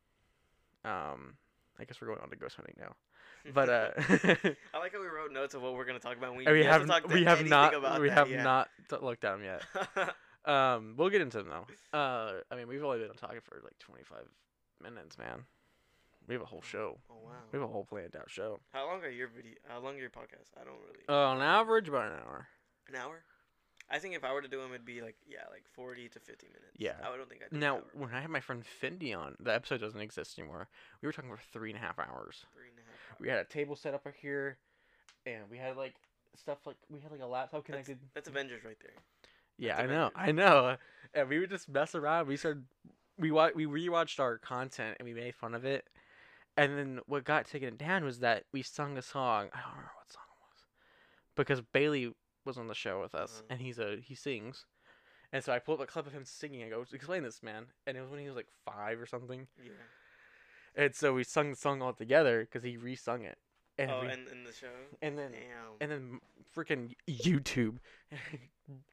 Speaker 1: Um, I guess we're going on to ghost hunting now. But uh,
Speaker 2: (laughs)
Speaker 1: (laughs)
Speaker 2: I like how we wrote notes of what we're gonna talk about. and We,
Speaker 1: and we have
Speaker 2: haven't talked
Speaker 1: we have
Speaker 2: anything
Speaker 1: not
Speaker 2: about
Speaker 1: we
Speaker 2: that
Speaker 1: have
Speaker 2: yet.
Speaker 1: not t- looked at them yet. Um, we'll get into them though. Uh, I mean, we've only been talking for like 25 minutes, man. We have a whole show.
Speaker 2: (laughs) oh
Speaker 1: We have
Speaker 2: wow.
Speaker 1: a whole planned out show.
Speaker 2: How long are your video? How long are your podcasts? I don't really.
Speaker 1: Uh, on average, about an hour.
Speaker 2: an hour. I think if I were to do them, it'd be like yeah, like forty to fifty minutes.
Speaker 1: Yeah.
Speaker 2: I don't think I do. an
Speaker 1: Now,
Speaker 2: hour,
Speaker 1: when I had my friend Findy on, the episode doesn't exist anymore. We were talking for three and a half hours.
Speaker 2: three and a half. Hours.
Speaker 1: We had a table set up right here, and we had like stuff like we had like a laptop
Speaker 2: That's-
Speaker 1: connected.
Speaker 2: That's Avengers right there.
Speaker 1: Yeah,
Speaker 2: That's
Speaker 1: I know,
Speaker 2: amazing.
Speaker 1: I know. And we would just mess around. We started, we wa- we rewatched our content and we made fun of it. And then what got taken down was that we sung a song. I don't remember what song it was, because Bailey was on the show with us,
Speaker 2: Mhm.
Speaker 1: and he's a he sings. And so I pulled up a clip of him singing. I go, explain this, man. And it was when he was like five or something.
Speaker 2: Yeah.
Speaker 1: And so we sung the song all together because he re-sung it. And
Speaker 2: oh,
Speaker 1: we,
Speaker 2: and in the show.
Speaker 1: and then
Speaker 2: Damn.
Speaker 1: and then freaking YouTube (laughs)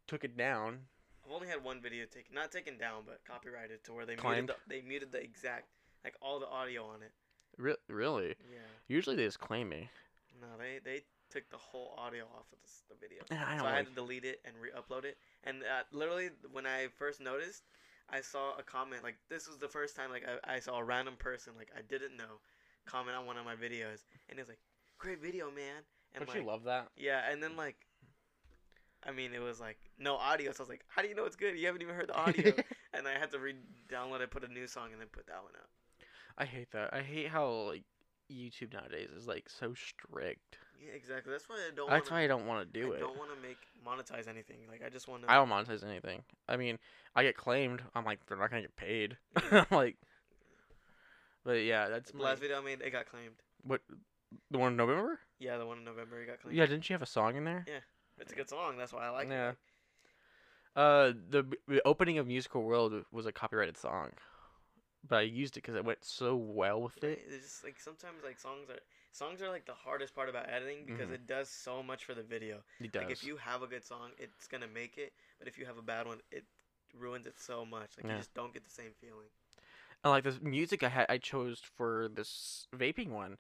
Speaker 1: took it down.
Speaker 2: I've only had one video taken, not taken down, but copyrighted to where they
Speaker 1: Claimed.
Speaker 2: muted. The, they muted the exact like all the audio on it.
Speaker 1: Re- really.
Speaker 2: Yeah.
Speaker 1: Usually they just claim me.
Speaker 2: No, they they took the whole audio off of this, the video.
Speaker 1: And I don't
Speaker 2: so I
Speaker 1: like,
Speaker 2: had to delete it and re-upload it. And uh, literally, when I first noticed, I saw a comment like this was the first time like I, I saw a random person like I didn't know comment on one of my videos, and it was like, "Great video, man!" And
Speaker 1: Don't
Speaker 2: like,
Speaker 1: you love that?
Speaker 2: yeah, and then like, I mean, it was like no audio, so I was like, "How do you know it's good? You haven't even heard the audio." and (laughs) I had to re-download it, put a new song, and then put that one up.
Speaker 1: (laughs) I hate that. I hate how like YouTube nowadays is like so strict.
Speaker 2: Yeah, exactly. That's why I don't.
Speaker 1: That's why
Speaker 2: wanna,
Speaker 1: I don't want to do
Speaker 2: I
Speaker 1: it.
Speaker 2: don't want to make monetize anything. Like I just want to.
Speaker 1: I don't monetize anything. I mean, I get claimed. I'm like, they're not gonna get paid. I'm (laughs) like, but yeah, that's
Speaker 2: The
Speaker 1: my,
Speaker 2: last video I made, Mm-hmm. it got claimed.
Speaker 1: what the one in November.
Speaker 2: Yeah, the one in November, it got claimed.
Speaker 1: Yeah, didn't you have a song in there?
Speaker 2: It's a good song. That's why I like
Speaker 1: Yeah.
Speaker 2: it.
Speaker 1: Uh, the, b- the opening of Musical World was a copyrighted song, but I used it because it went so well with
Speaker 2: Like,
Speaker 1: it.
Speaker 2: It's just like sometimes like songs are songs are like the hardest part about editing because
Speaker 1: Mhm.
Speaker 2: it does so much for the video.
Speaker 1: It does.
Speaker 2: Like if you have a good song, it's gonna make it. But if you have a bad one, it ruins it so much. Like
Speaker 1: Yeah.
Speaker 2: you just don't get the same feeling.
Speaker 1: And like the music I had, I chose for this vaping one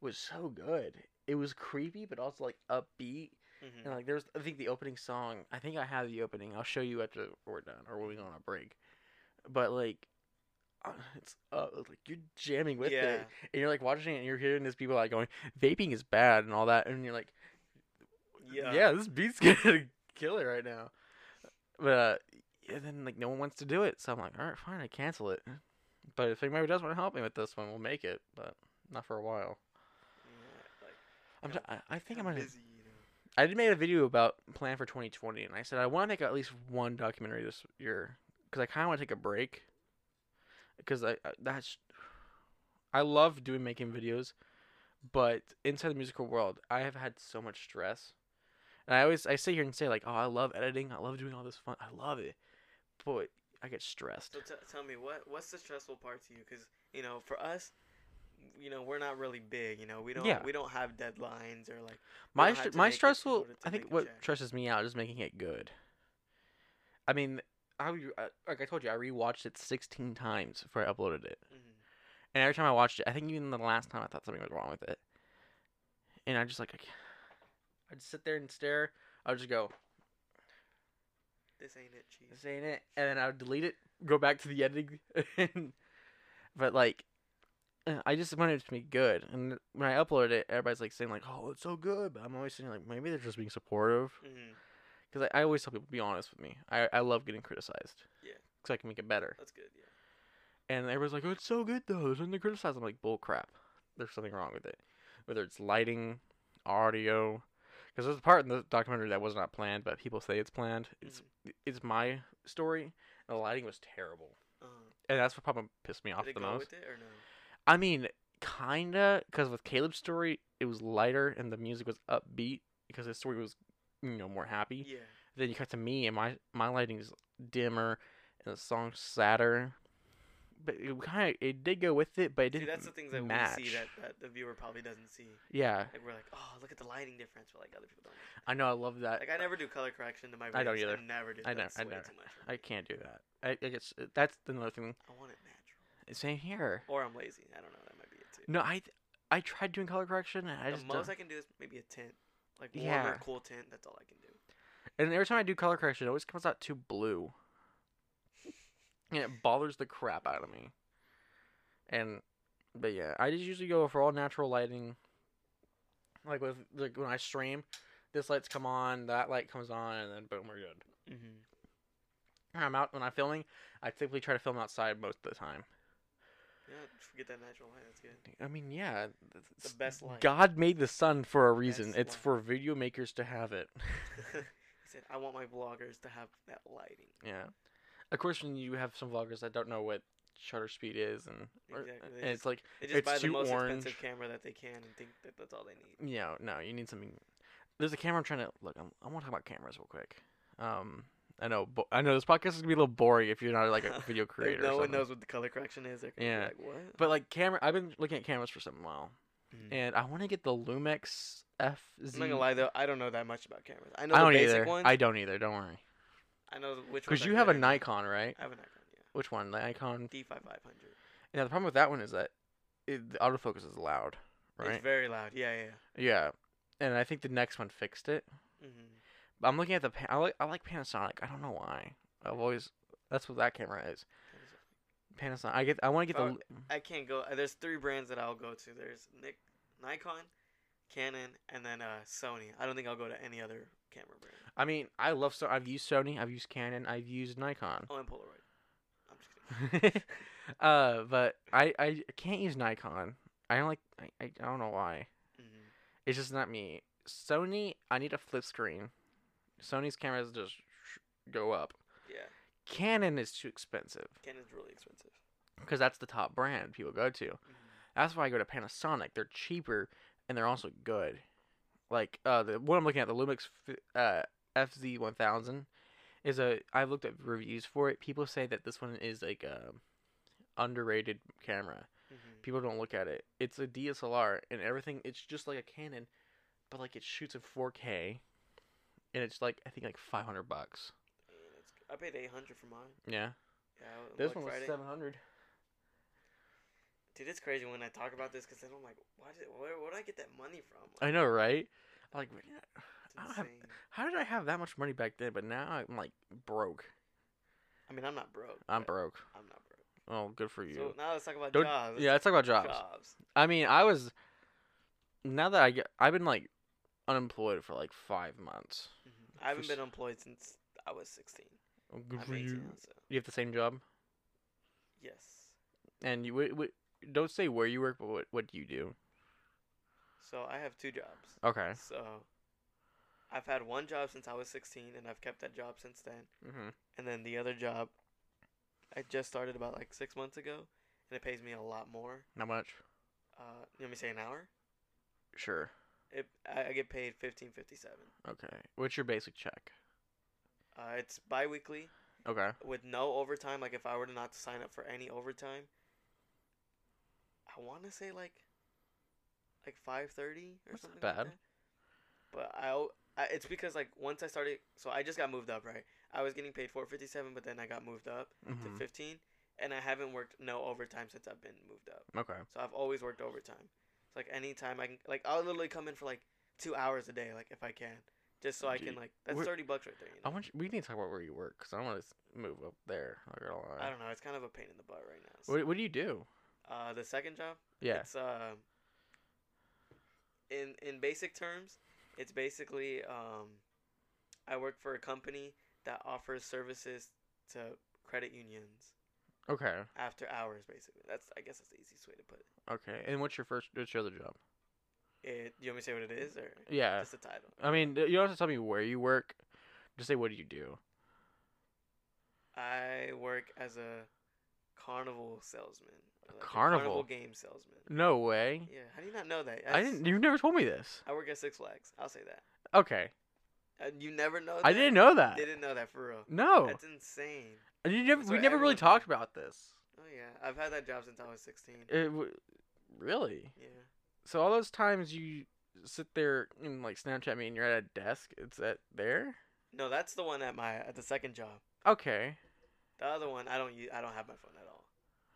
Speaker 1: was so good. It was creepy, but also like upbeat.
Speaker 2: hmm
Speaker 1: And like there's, I think the opening song. I think I have the opening. I'll show you after we're done or when we go on a break. But like, uh, it's uh, like you're jamming with
Speaker 2: yeah,
Speaker 1: it, and you're like watching it, and you're hearing these people like going, "Vaping is bad" and all that, and you're like,
Speaker 2: yeah,
Speaker 1: "Yeah, this beat's (laughs) gonna kill it right now." But uh, and then like no one wants to do it, so I'm like, "All right, fine, I cancel it." But if anybody does want to help me with this one, we'll make it, but not for a while.
Speaker 2: Yeah, Like,
Speaker 1: I'm
Speaker 2: Yeah,
Speaker 1: t- I- I think I'm
Speaker 2: I'm
Speaker 1: gonna.
Speaker 2: busy. You know.
Speaker 1: I did made a video about plan for 2020, and I said I want to make at least one documentary this year because I kind of want to take a break. Because I, I that's I love doing making videos, but inside the musical world, I have had so much stress, and I always I sit here and say like, oh, I love editing, I love doing all this fun, I love it, but I get stressed.
Speaker 2: So t- tell me what what's the stressful part to you? Because you know, for us, you know, we're not really big. You know, we don't
Speaker 1: Yeah.
Speaker 2: we don't have deadlines or like. don't
Speaker 1: My
Speaker 2: have
Speaker 1: str-
Speaker 2: to
Speaker 1: my
Speaker 2: make it in
Speaker 1: stressful.
Speaker 2: order to
Speaker 1: I think
Speaker 2: make a
Speaker 1: what
Speaker 2: check.
Speaker 1: stresses me out is making it good. I mean, I re- I- like I told you, I rewatched it 16 times before I uploaded it,
Speaker 2: Mhm.
Speaker 1: and every time I watched it, I think even the last time I thought something was wrong with it, and I just like, I can't- I'd sit there and stare. I'd just go,
Speaker 2: This ain't it, cheese.
Speaker 1: "This ain't it," and then I would delete it, go back to the editing, (laughs) and- but like. uh, I just wanted it to be good, and when I uploaded it, everybody's like saying like, "Oh, it's so good," but I'm always saying like, maybe they're just being supportive.
Speaker 2: Mhm.
Speaker 1: Because I, I always tell people, be honest with me. I, I love getting criticized.
Speaker 2: Yeah.
Speaker 1: Because I can make it better.
Speaker 2: That's good. Yeah.
Speaker 1: And everyone's like, oh, it's so good, though. There's nothing to criticize. I'm like, bull crap. There's something wrong with it. Whether it's lighting, audio. Because there's a part in the documentary that was not planned, but people say it's planned. It's
Speaker 2: Mm.
Speaker 1: it's my story. And the lighting was terrible.
Speaker 2: Uh,
Speaker 1: And that's what probably pissed me off
Speaker 2: Did it
Speaker 1: the
Speaker 2: go
Speaker 1: most.
Speaker 2: with it or no?
Speaker 1: I mean, kinda, because with Caleb's story, it was lighter and the music was upbeat because his story was, you know, more happy.
Speaker 2: Yeah.
Speaker 1: then you cut to me and my my lighting's dimmer and the song's sadder but it kind of it did go with it, but it
Speaker 2: See,
Speaker 1: didn't.
Speaker 2: that's the things that
Speaker 1: match.
Speaker 2: we see that, that the viewer probably doesn't see.
Speaker 1: Yeah,
Speaker 2: Like we're like, oh, look at the lighting difference, but like other people don't.
Speaker 1: I know. I love that.
Speaker 2: Like I never do color correction to my. Videos.
Speaker 1: I don't either.
Speaker 2: I never do.
Speaker 1: I
Speaker 2: that.
Speaker 1: never-
Speaker 2: It's
Speaker 1: I
Speaker 2: way
Speaker 1: never-
Speaker 2: Too much for me.
Speaker 1: I can't do that. I, I guess uh, that's another thing.
Speaker 2: I want it natural.
Speaker 1: Same here.
Speaker 2: Or I'm lazy. I don't know. That might be it too.
Speaker 1: No, I th- I tried doing color correction and Mm, I
Speaker 2: the
Speaker 1: just don't-
Speaker 2: most I can do is maybe a tint, like warm
Speaker 1: Yeah.
Speaker 2: or cool tint. That's all I can do.
Speaker 1: and every time I do color correction, it always comes out too blue. and it bothers the crap out of me. And but yeah, I just usually go for all natural lighting. Like with like when I stream, this light's come on, that light comes on, and then boom, we're good.
Speaker 2: Mm-hmm.
Speaker 1: When I'm out when I'm filming, I typically try to film outside most of the time.
Speaker 2: Yeah, just get that natural light. That's good.
Speaker 1: I mean, yeah, th-
Speaker 2: The
Speaker 1: s-
Speaker 2: best light.
Speaker 1: God made the sun for a reason.
Speaker 2: Best
Speaker 1: it's
Speaker 2: light.
Speaker 1: for video makers to have it.
Speaker 2: (laughs)
Speaker 1: (laughs)
Speaker 2: he said, I want my vloggers to have that lighting.
Speaker 1: Yeah. Of course, when you have some vloggers that don't know what shutter speed is, and, or-
Speaker 2: Exactly, they
Speaker 1: and it's like,
Speaker 2: They just
Speaker 1: It's
Speaker 2: buy the
Speaker 1: too
Speaker 2: most
Speaker 1: orange.
Speaker 2: expensive camera that they can and think that that's all they need.
Speaker 1: you know, no, you need something. There's a camera I'm trying to look. I'm, I want to talk about cameras real quick. Um, I know, bo- I know this podcast is gonna be a little boring if you're not like a
Speaker 2: (laughs)
Speaker 1: video
Speaker 2: Like,
Speaker 1: creator. or
Speaker 2: no one
Speaker 1: something.
Speaker 2: knows what the color correction is. They're gonna be
Speaker 1: Yeah.
Speaker 2: like, what?
Speaker 1: But like camera, I've been looking at cameras for some while,
Speaker 2: Mhm.
Speaker 1: and I want to get the Lumix FZ.
Speaker 2: I'm not gonna lie though, I don't know that much about cameras. I know
Speaker 1: I
Speaker 2: the
Speaker 1: don't
Speaker 2: basic
Speaker 1: either.
Speaker 2: ones.
Speaker 1: I don't either. Don't worry.
Speaker 2: I know the- which ones.
Speaker 1: Because
Speaker 2: are
Speaker 1: you have a
Speaker 2: good.
Speaker 1: Nikon, right?
Speaker 2: I have an Nikon, yeah.
Speaker 1: Which one? The Nikon.
Speaker 2: D five five hundred.
Speaker 1: Yeah. The problem with that one is that it, the autofocus is loud, right?
Speaker 2: It's very loud. Yeah, yeah.
Speaker 1: Yeah, and I think the next one fixed it.
Speaker 2: yeah. Mm-hmm.
Speaker 1: But I'm looking at the pan- I like I like Panasonic. I don't know why. I've always that's what that camera is. Panasonic. I get I want to get the
Speaker 2: Oh,
Speaker 1: l-
Speaker 2: I can't go. uh, There's three brands that I'll go to. There's Nick, Nikon, Canon, and then uh, Sony. I don't think I'll go to any other camera brand.
Speaker 1: I mean I love so I've used Sony. I've used Canon. I've used Nikon.
Speaker 2: Oh, and Polaroid. I'm just kidding.
Speaker 1: (laughs) uh, but I I can't use Nikon. I don't like I, I I don't know why.
Speaker 2: Mm-hmm.
Speaker 1: It's just not me. Sony. I need a flip screen. Sony's cameras just go up.
Speaker 2: Yeah,
Speaker 1: Canon is too expensive
Speaker 2: Canon's really expensive. Mm-hmm.
Speaker 1: because that's the top brand people go to. That's why I go to Panasonic. They're cheaper and they're also good. Like uh, the one I'm looking at, the Lumix f- uh, FZ1000, is a. I've looked at reviews for it. People say that this one is like a underrated camera.
Speaker 2: Mm-hmm.
Speaker 1: People don't look at it. It's a DSLR and everything. It's just like a Canon, but like it shoots in 4K, and it's like I think like 500 bucks.
Speaker 2: I paid 800 for mine.
Speaker 1: Yeah,
Speaker 2: Yeah, on
Speaker 1: this
Speaker 2: Black
Speaker 1: one was
Speaker 2: Friday.
Speaker 1: 700.
Speaker 2: Dude, it's crazy when I talk about this because then I'm like, why did where would I get that money from?
Speaker 1: I know, right? Like,
Speaker 2: It's
Speaker 1: I don't have-
Speaker 2: insane.
Speaker 1: how did I have that much money back then? But now I'm like broke.
Speaker 2: I mean, I'm not broke.
Speaker 1: I'm
Speaker 2: but
Speaker 1: broke.
Speaker 2: I'm not broke.
Speaker 1: Oh, good for you.
Speaker 2: So now let's talk about
Speaker 1: Don't-
Speaker 2: jobs.
Speaker 1: yeah, let's talk about jobs. I mean, I was now that I get, I've been like unemployed for like five months.
Speaker 2: Mhm. I haven't
Speaker 1: s-
Speaker 2: been employed since I was 16.
Speaker 1: Oh,
Speaker 2: I'm
Speaker 1: Good for
Speaker 2: 18
Speaker 1: you.
Speaker 2: now, so
Speaker 1: You have the same job,
Speaker 2: yes.
Speaker 1: and you w- w- don't say where you work, but what what do you do?
Speaker 2: So I have two jobs.
Speaker 1: Okay.
Speaker 2: So I've had one job since I was 16, and I've kept that job since then.
Speaker 1: Mm-hmm.
Speaker 2: and then the other job I just started about like six months ago, and it pays me a lot more.
Speaker 1: How much?
Speaker 2: Uh, let me say an hour.
Speaker 1: Sure.
Speaker 2: It I, I get paid fifteen fifty seven.
Speaker 1: Okay. What's your basic check?
Speaker 2: Uh, it's biweekly
Speaker 1: Okay.
Speaker 2: with no overtime. Like if I were to not sign up for any overtime, I want to say like like five thirty or
Speaker 1: That's not
Speaker 2: something.
Speaker 1: bad.
Speaker 2: Like that. But I, al- I it's because like once I started, so I just got moved up, right? I was getting paid four fifty seven, but then I got moved up. to
Speaker 1: Mhm.
Speaker 2: 15 and i haven't worked no overtime since i've been moved up
Speaker 1: Okay.
Speaker 2: so i've always worked overtime so like anytime i can like i'll literally come in for like two hours a day like if i can just so i
Speaker 1: Gee,
Speaker 2: can like that's
Speaker 1: where-
Speaker 2: 30 bucks right there you
Speaker 1: I
Speaker 2: know?
Speaker 1: want you, we need to talk about where you work because I want to move up there. I'm not gonna lie.
Speaker 2: i don't know it's kind of a pain in the butt right now so.
Speaker 1: What What do you do?
Speaker 2: uh the second job
Speaker 1: Yeah.
Speaker 2: it's uh in in basic terms it's basically um i work for a company that offers services to credit unions
Speaker 1: Okay.
Speaker 2: after hours basically that's i guess that's the easiest way to put it
Speaker 1: Okay. And what's your first? What's your other job?
Speaker 2: It, you want me to say what it is, or
Speaker 1: Yeah.
Speaker 2: just the title?
Speaker 1: I mean, you don't have to tell me where you work. Just say what do you do.
Speaker 2: I work as a carnival salesman. or like a
Speaker 1: carnival?
Speaker 2: game salesman.
Speaker 1: No way.
Speaker 2: Yeah, how do you not know that?
Speaker 1: I
Speaker 2: That's-
Speaker 1: didn't. You've never told me this.
Speaker 2: I work at Six Flags. I'll say that.
Speaker 1: Okay,
Speaker 2: Uh, you never know. That?
Speaker 1: I didn't know that.
Speaker 2: Didn't know that for real.
Speaker 1: No,
Speaker 2: That's insane.
Speaker 1: you never,
Speaker 2: That's
Speaker 1: we
Speaker 2: what
Speaker 1: never really
Speaker 2: everyone
Speaker 1: talked about this.
Speaker 2: Oh yeah, I've had that job since I was sixteen.
Speaker 1: It w- really.
Speaker 2: Yeah.
Speaker 1: So all those times you sit there and like Snapchat me and you're at a desk, it's at there.
Speaker 2: No, that's the one at my at the second job.
Speaker 1: Okay.
Speaker 2: The other one, I don't use. I don't have my phone at all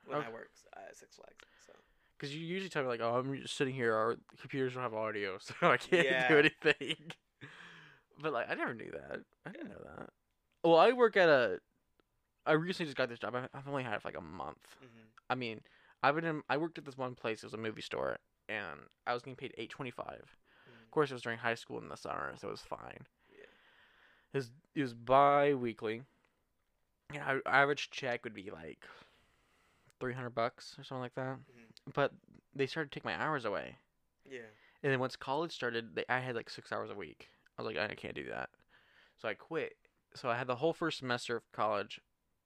Speaker 2: when
Speaker 1: Okay.
Speaker 2: I work s- at Six Flags. So
Speaker 1: Because you usually tell me like, "Oh, I'm just sitting here. Our computers don't have audio, (laughs) so I can't
Speaker 2: Yeah.
Speaker 1: do anything." (laughs) But like, I never knew that. I didn't know that. Well, I work at a. I recently just got this job. I've I've only had it for like a month.
Speaker 2: mhm.
Speaker 1: I mean, I've been. In, I worked at this one place. It was a movie store, and I was getting paid eight twenty five. Of
Speaker 2: Mm.
Speaker 1: course, it was during high school in the summer, so it was fine.
Speaker 2: Yeah.
Speaker 1: It was, it was bi-weekly. And our average check would be like three hundred bucks or something like that.
Speaker 2: Mhm.
Speaker 1: But they started to take my hours away.
Speaker 2: yeah.
Speaker 1: And then once college started, they, I had like six hours a week. I was like, I can't do that. So I quit. So I had the whole first semester of college,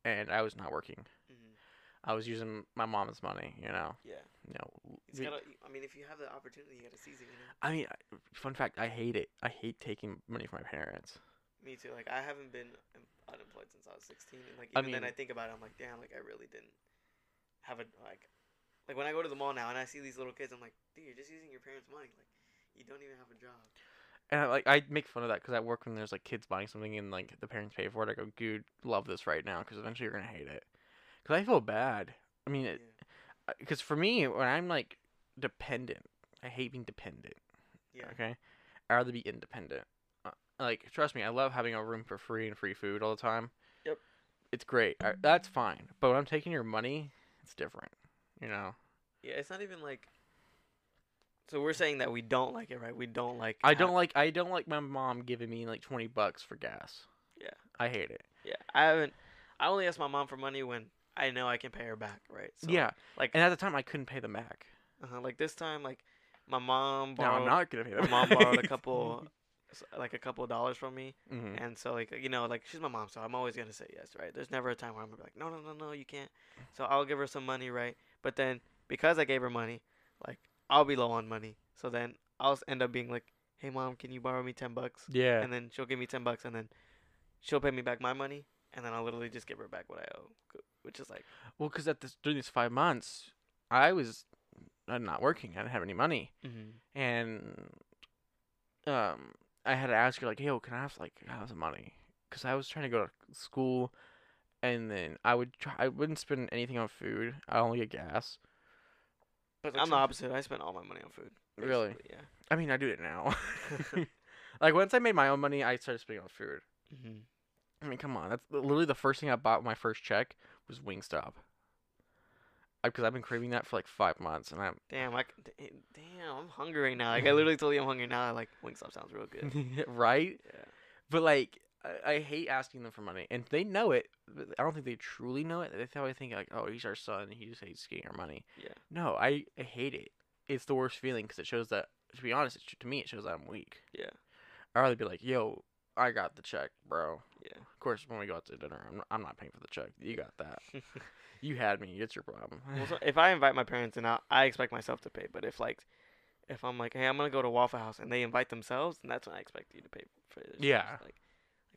Speaker 1: and I was not working.
Speaker 2: Mhm.
Speaker 1: I was using my mom's money, you know.
Speaker 2: Yeah.
Speaker 1: You know,
Speaker 2: It's
Speaker 1: we-
Speaker 2: gotta. I mean, if you have the opportunity, you gotta seize it. You know.
Speaker 1: I mean, I- fun fact, I hate it. I hate taking money from my parents.
Speaker 2: Me too. Like I haven't been um, unemployed since I was sixteen, and like
Speaker 1: I
Speaker 2: even then, I
Speaker 1: mean-
Speaker 2: think about it. I'm like, damn, like I really didn't have a like, like when I go to the mall now and I see these little kids, I'm like, dude, you're just using your parents' money. Like, you don't even have a job.
Speaker 1: And I, like, I make fun of that because at work when there's like kids buying something and like the parents pay for it, I go, dude, love this right now because eventually you're gonna hate it. Because I feel bad. I mean, it because for me, when I'm like dependent, I hate being dependent.
Speaker 2: yeah. Yeah.
Speaker 1: Okay, I'd rather be independent. Uh, like, trust me, I love having a room for free and free food all the time.
Speaker 2: Yep.
Speaker 1: It's great. I, that's fine. But when I'm taking your money, it's different. You know,
Speaker 2: Yeah. It's not even like. So we're saying that we don't like it, right? We don't like.
Speaker 1: I
Speaker 2: ha-
Speaker 1: don't like I don't like my mom giving me like twenty bucks for gas.
Speaker 2: Yeah.
Speaker 1: I hate it.
Speaker 2: Yeah. I haven't. I only ask my mom for money when I know I can pay her back, right?
Speaker 1: yeah,
Speaker 2: like-
Speaker 1: and at the time I couldn't pay them back.
Speaker 2: uh Like this time, like my mom
Speaker 1: No,
Speaker 2: borrowed.
Speaker 1: I'm not gonna pay
Speaker 2: My
Speaker 1: them.
Speaker 2: mom
Speaker 1: (laughs)
Speaker 2: borrowed a couple, s- like a couple dollars from me. (laughs)
Speaker 1: hmm
Speaker 2: And so like you know like she's my mom, so I'm always gonna say yes, right? There's never a time where I'm gonna be like, no, no, no, no, you can't. So I'll give her some money, right? But then because I gave her money, like I'll be low on money. So then I'll s- end up being like, hey mom, can you borrow me ten bucks?
Speaker 1: Yeah,
Speaker 2: And then she'll give me ten bucks, and then she'll pay me back my money, and then I'll literally just give her back what I owe, c- which is like,
Speaker 1: well, because at this during these five months, I was uh, not working. I didn't have any money. and um, I had to ask her like, "Yo, can I have like can I have some money?" Because I was trying to go to school, and then I would try. I wouldn't spend anything on food. I only get gas. But
Speaker 2: I'm the
Speaker 1: some-
Speaker 2: opposite. I spend all my money on food.
Speaker 1: Really?
Speaker 2: basically, Yeah.
Speaker 1: I mean, I do it
Speaker 2: (laughs)
Speaker 1: now. (laughs) like once I made my own money, I started spending on food.
Speaker 2: Mm-hmm.
Speaker 1: I mean, come on. That's literally the first thing I bought with my first check was Wingstop. Because I've been craving that for like five months, and I'm
Speaker 2: Damn, I c- d- damn, I'm hungry right now.
Speaker 1: (laughs)
Speaker 2: Like I literally told you I'm hungry now. Like Wingstop sounds real good.
Speaker 1: right.
Speaker 2: (laughs) Yeah.
Speaker 1: But like, I, I hate asking them for money, and they know it. But I don't think they truly know it. They probably think like, "Oh, he's our son. He just hates getting our money."
Speaker 2: Yeah.
Speaker 1: No, I, I hate it. It's the worst feeling because it shows that. To be honest, it, sh- to me, it shows that I'm weak.
Speaker 2: Yeah.
Speaker 1: I'd rather be like, "Yo, I got the check, bro."
Speaker 2: Yeah.
Speaker 1: Of course, when we go out to dinner, I'm not, I'm not paying for the check. You got that. you had me. It's your problem.
Speaker 2: Well,
Speaker 1: (laughs)
Speaker 2: so if I invite my parents and I, I expect myself to pay, but if like, if I'm like, hey, I'm gonna go to Waffle House and they invite themselves, then that's when I expect you to pay for it.
Speaker 1: Yeah.
Speaker 2: Like,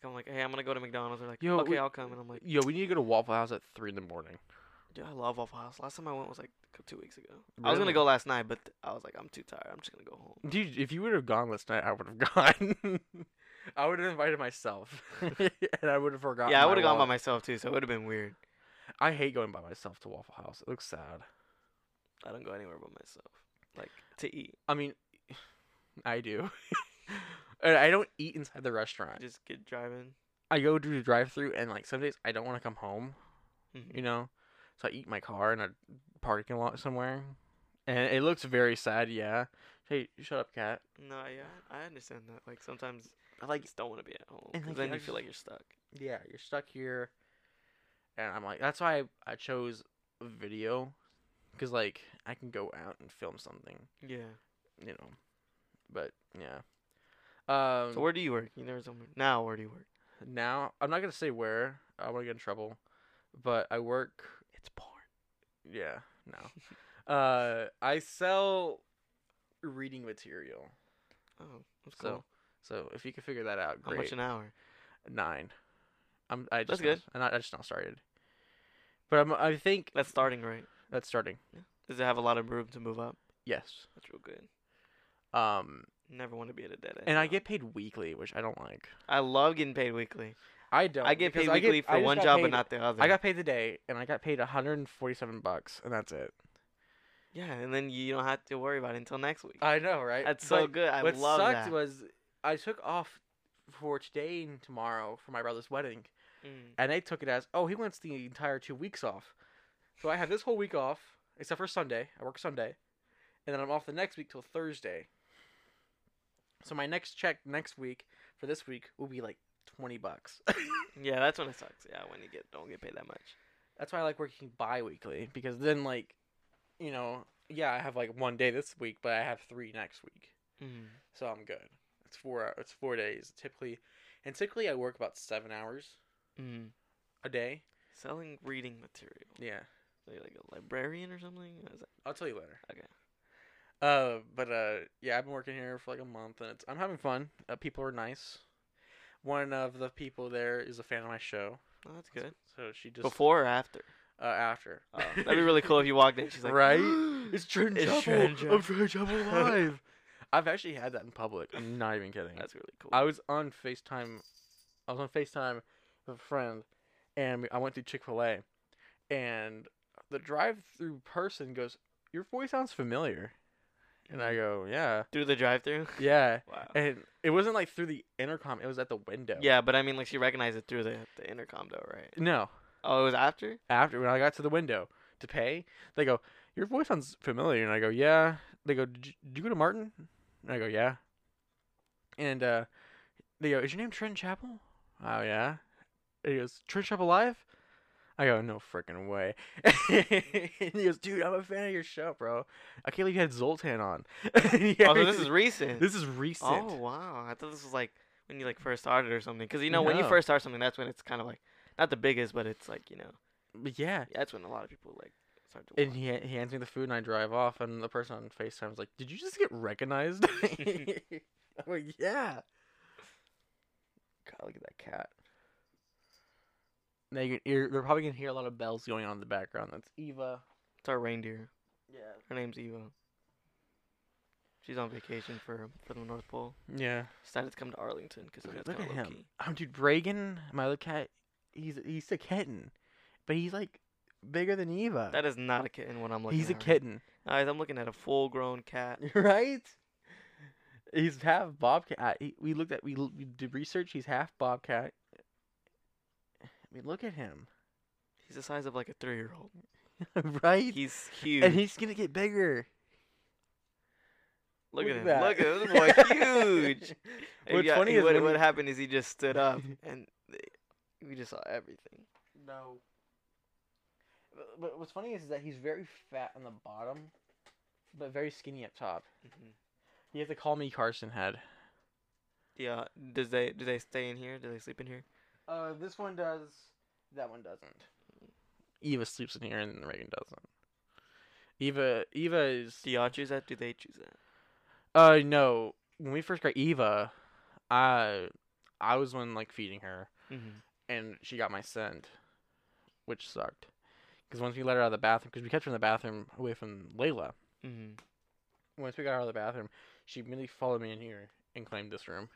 Speaker 2: like I'm like, hey, I'm gonna go to McDonald's. They're like,
Speaker 1: Yo,
Speaker 2: okay,
Speaker 1: we-
Speaker 2: I'll come. And I'm like,
Speaker 1: Yo, we need to go to Waffle House at three in the morning.
Speaker 2: dude, I love Waffle House. Last time I went was like c- two weeks ago. I was gonna
Speaker 1: Really?
Speaker 2: go last night, but th- I was like, I'm too tired. I'm just gonna go home.
Speaker 1: Dude, if you would have gone last night, I would have (laughs) gone. I would have invited (laughs) myself, and I would have forgotten.
Speaker 2: yeah, I
Speaker 1: my
Speaker 2: would have gone by
Speaker 1: wallet.
Speaker 2: myself too, so it would have been weird.
Speaker 1: I hate going by myself to Waffle House. It looks sad.
Speaker 2: I don't go anywhere by myself, like to eat.
Speaker 1: I mean, (sighs) I do. (laughs) and I don't eat inside the restaurant.
Speaker 2: Just get driving.
Speaker 1: I go to the drive-through, and like some days I don't want to come home.
Speaker 2: Mhm.
Speaker 1: You know, so I eat in my car in a parking lot somewhere, and it looks very sad. Yeah. Hey, shut up, cat.
Speaker 2: No, yeah, I understand that. Like sometimes
Speaker 1: I
Speaker 2: I
Speaker 1: like
Speaker 2: just don't want to be at home,
Speaker 1: And,
Speaker 2: 'cause
Speaker 1: like,
Speaker 2: then
Speaker 1: I
Speaker 2: you feel
Speaker 1: just-
Speaker 2: like you're stuck.
Speaker 1: yeah, you're stuck here. And I'm like, that's why I, I chose video, because like I can go out and film something,
Speaker 2: Yeah.
Speaker 1: you know. But yeah. Um,
Speaker 2: So where do you work? You never told me. Now where do you work?
Speaker 1: now I'm not gonna say where. I want to get in trouble, but I work.
Speaker 2: It's porn.
Speaker 1: Yeah, no. uh, I sell reading material.
Speaker 2: Oh, that's
Speaker 1: So,
Speaker 2: cool.
Speaker 1: so if you can figure that out,
Speaker 2: How
Speaker 1: great.
Speaker 2: much an hour?
Speaker 1: Nine. I'm. I
Speaker 2: That's
Speaker 1: just now- I, not, I just now started. But I'm, I think
Speaker 2: That's starting right.
Speaker 1: that's starting.
Speaker 2: Does it have a lot of room to move up?
Speaker 1: Yes.
Speaker 2: That's real good.
Speaker 1: Um,
Speaker 2: Never want to be at a dead end.
Speaker 1: and I
Speaker 2: though.
Speaker 1: get paid weekly, which I don't like.
Speaker 2: I love getting paid weekly.
Speaker 1: I don't.
Speaker 2: I get
Speaker 1: because
Speaker 2: paid weekly for
Speaker 1: I just
Speaker 2: one
Speaker 1: got
Speaker 2: job
Speaker 1: paid-
Speaker 2: but not the other.
Speaker 1: I got paid today, and I got paid 147 bucks, and that's it.
Speaker 2: yeah, and then you don't have to worry about it until next week.
Speaker 1: I know, right?
Speaker 2: That's so good. I
Speaker 1: what
Speaker 2: love
Speaker 1: sucked
Speaker 2: that.
Speaker 1: was I took off for today and tomorrow for my brother's wedding,
Speaker 2: Mm.
Speaker 1: and they took it as oh he wants the entire two weeks off, so I have this whole week off except for Sunday. I work Sunday, and then I'm off the next week till Thursday. So my next check next week for this week will be like twenty bucks. (laughs)
Speaker 2: Yeah, that's when it sucks. Yeah, when you get don't get paid that much.
Speaker 1: That's why I like working bi-weekly because then like, you know, yeah I have like one day this week, but I have three next week.
Speaker 2: Mm.
Speaker 1: so I'm good. It's four. It's four days typically, and typically I work about seven hours
Speaker 2: Mm.
Speaker 1: a day.
Speaker 2: Selling reading material.
Speaker 1: Yeah,
Speaker 2: Are you like a librarian or something? Is that-
Speaker 1: I'll tell you later.
Speaker 2: Okay.
Speaker 1: Uh, but uh, yeah, I've been working here for like a month, and it's I'm having fun. Uh, people are nice. One of the people there is a fan of my show,
Speaker 2: Oh, that's good.
Speaker 1: so she just
Speaker 2: Before or after?
Speaker 1: uh, after.
Speaker 2: Oh, (laughs) that'd be really cool if you walked in. She's like,
Speaker 1: Right?
Speaker 2: (gasps)
Speaker 1: (laughs) It's Jordan
Speaker 2: It's
Speaker 1: Chapel.
Speaker 2: Jordan
Speaker 1: I'm Jordan
Speaker 2: (laughs)
Speaker 1: Chapel live. I've actually had that in public. I'm not even kidding.
Speaker 2: That's really cool.
Speaker 1: I was on FaceTime. I was on FaceTime with a friend, and we- I went through Chick Fil A, and the drive-through person goes, "Your voice sounds familiar," and
Speaker 2: Mm.
Speaker 1: I go, "Yeah,
Speaker 2: Through the drive-through.
Speaker 1: (laughs) yeah."
Speaker 2: Wow.
Speaker 1: And it wasn't like through the intercom; it was at the window.
Speaker 2: Yeah, but I mean, like she recognized it through the, the intercom, though, right?
Speaker 1: No.
Speaker 2: Oh, it was after.
Speaker 1: After when I got to the window to pay, they go, "Your voice sounds familiar," and I go, "Yeah." They go, "Did you, did you go to Martin?" And I go, "Yeah." And uh, they go, "Is your name Trent Chapel?" Oh yeah. And he goes, "Trent Chapel live?" I go, "No freaking way." (laughs) and he goes, "Dude, I'm a fan of your show, bro. I can't believe you had Zoltan on." (laughs) (laughs) yeah,
Speaker 2: Oh, so this is
Speaker 1: (laughs)
Speaker 2: recent.
Speaker 1: this is recent.
Speaker 2: Oh wow! I thought this was like when you like first started or something. Because you know when you
Speaker 1: No.
Speaker 2: first start something, that's when it's kind of like not the biggest, but it's like you know
Speaker 1: But yeah.
Speaker 2: that's when a lot of people like start to.
Speaker 1: And
Speaker 2: watch.
Speaker 1: he he hands me the food, and I drive off. And the person on Facetime's like, "Did you just get recognized?" (laughs) I'm like, "Yeah." God, look at that cat. Now you can, you're, they're probably gonna hear a lot of bells going on in the background. That's Eva.
Speaker 2: It's our reindeer.
Speaker 1: Yeah.
Speaker 2: Her name's Eva. She's on vacation for for the North Pole.
Speaker 1: Yeah.
Speaker 2: Decided to come to Arlington because
Speaker 1: Look,
Speaker 2: it's
Speaker 1: look
Speaker 2: kind
Speaker 1: at
Speaker 2: of low key.
Speaker 1: him. Oh, dude, Reagan, my other cat, he's he's a kitten, but he's like bigger than Eva.
Speaker 2: That is not a kitten. When I'm looking.
Speaker 1: he's a
Speaker 2: at right
Speaker 1: kitten,
Speaker 2: now. Guys, I'm looking at a full-grown cat.
Speaker 1: (laughs) right? He's half bobcat. He, we looked at we, l- we did research. He's half bobcat. I mean, look at him, (laughs)
Speaker 2: He's the size of like a three-year-old.
Speaker 1: right?
Speaker 2: He's huge.
Speaker 1: and he's gonna get bigger.
Speaker 2: Look, at him.
Speaker 1: that.
Speaker 2: Look at him. Look
Speaker 1: (laughs)
Speaker 2: at this boy. Huge. And
Speaker 1: What's
Speaker 2: yeah,
Speaker 1: funny
Speaker 2: he-
Speaker 1: is
Speaker 2: what,
Speaker 1: when
Speaker 2: what
Speaker 1: he-
Speaker 2: happened is he just
Speaker 1: (laughs)
Speaker 2: stood up and th- we just saw everything.
Speaker 1: No. But, but what's funny is that he's very fat on the bottom, but very skinny up top.
Speaker 2: Mm-hmm.
Speaker 1: You have to call me Carson Head.
Speaker 2: Yeah. Does they do they stay in here? Do they sleep in here?
Speaker 1: Uh, this one does. That one doesn't. Eva sleeps in here, and Reagan doesn't. Eva, Eva is.
Speaker 2: Do y'all choose that? Do they choose that?
Speaker 1: Uh, no. When we first got Eva, I, I was the one like feeding her,
Speaker 2: Mm-hmm.
Speaker 1: and she got my scent, which sucked. Because once we let her out of the bathroom, because we kept her in the bathroom away from Layla.
Speaker 2: Mm-hmm.
Speaker 1: Once we got her out of the bathroom, she immediately followed me in here and claimed this room.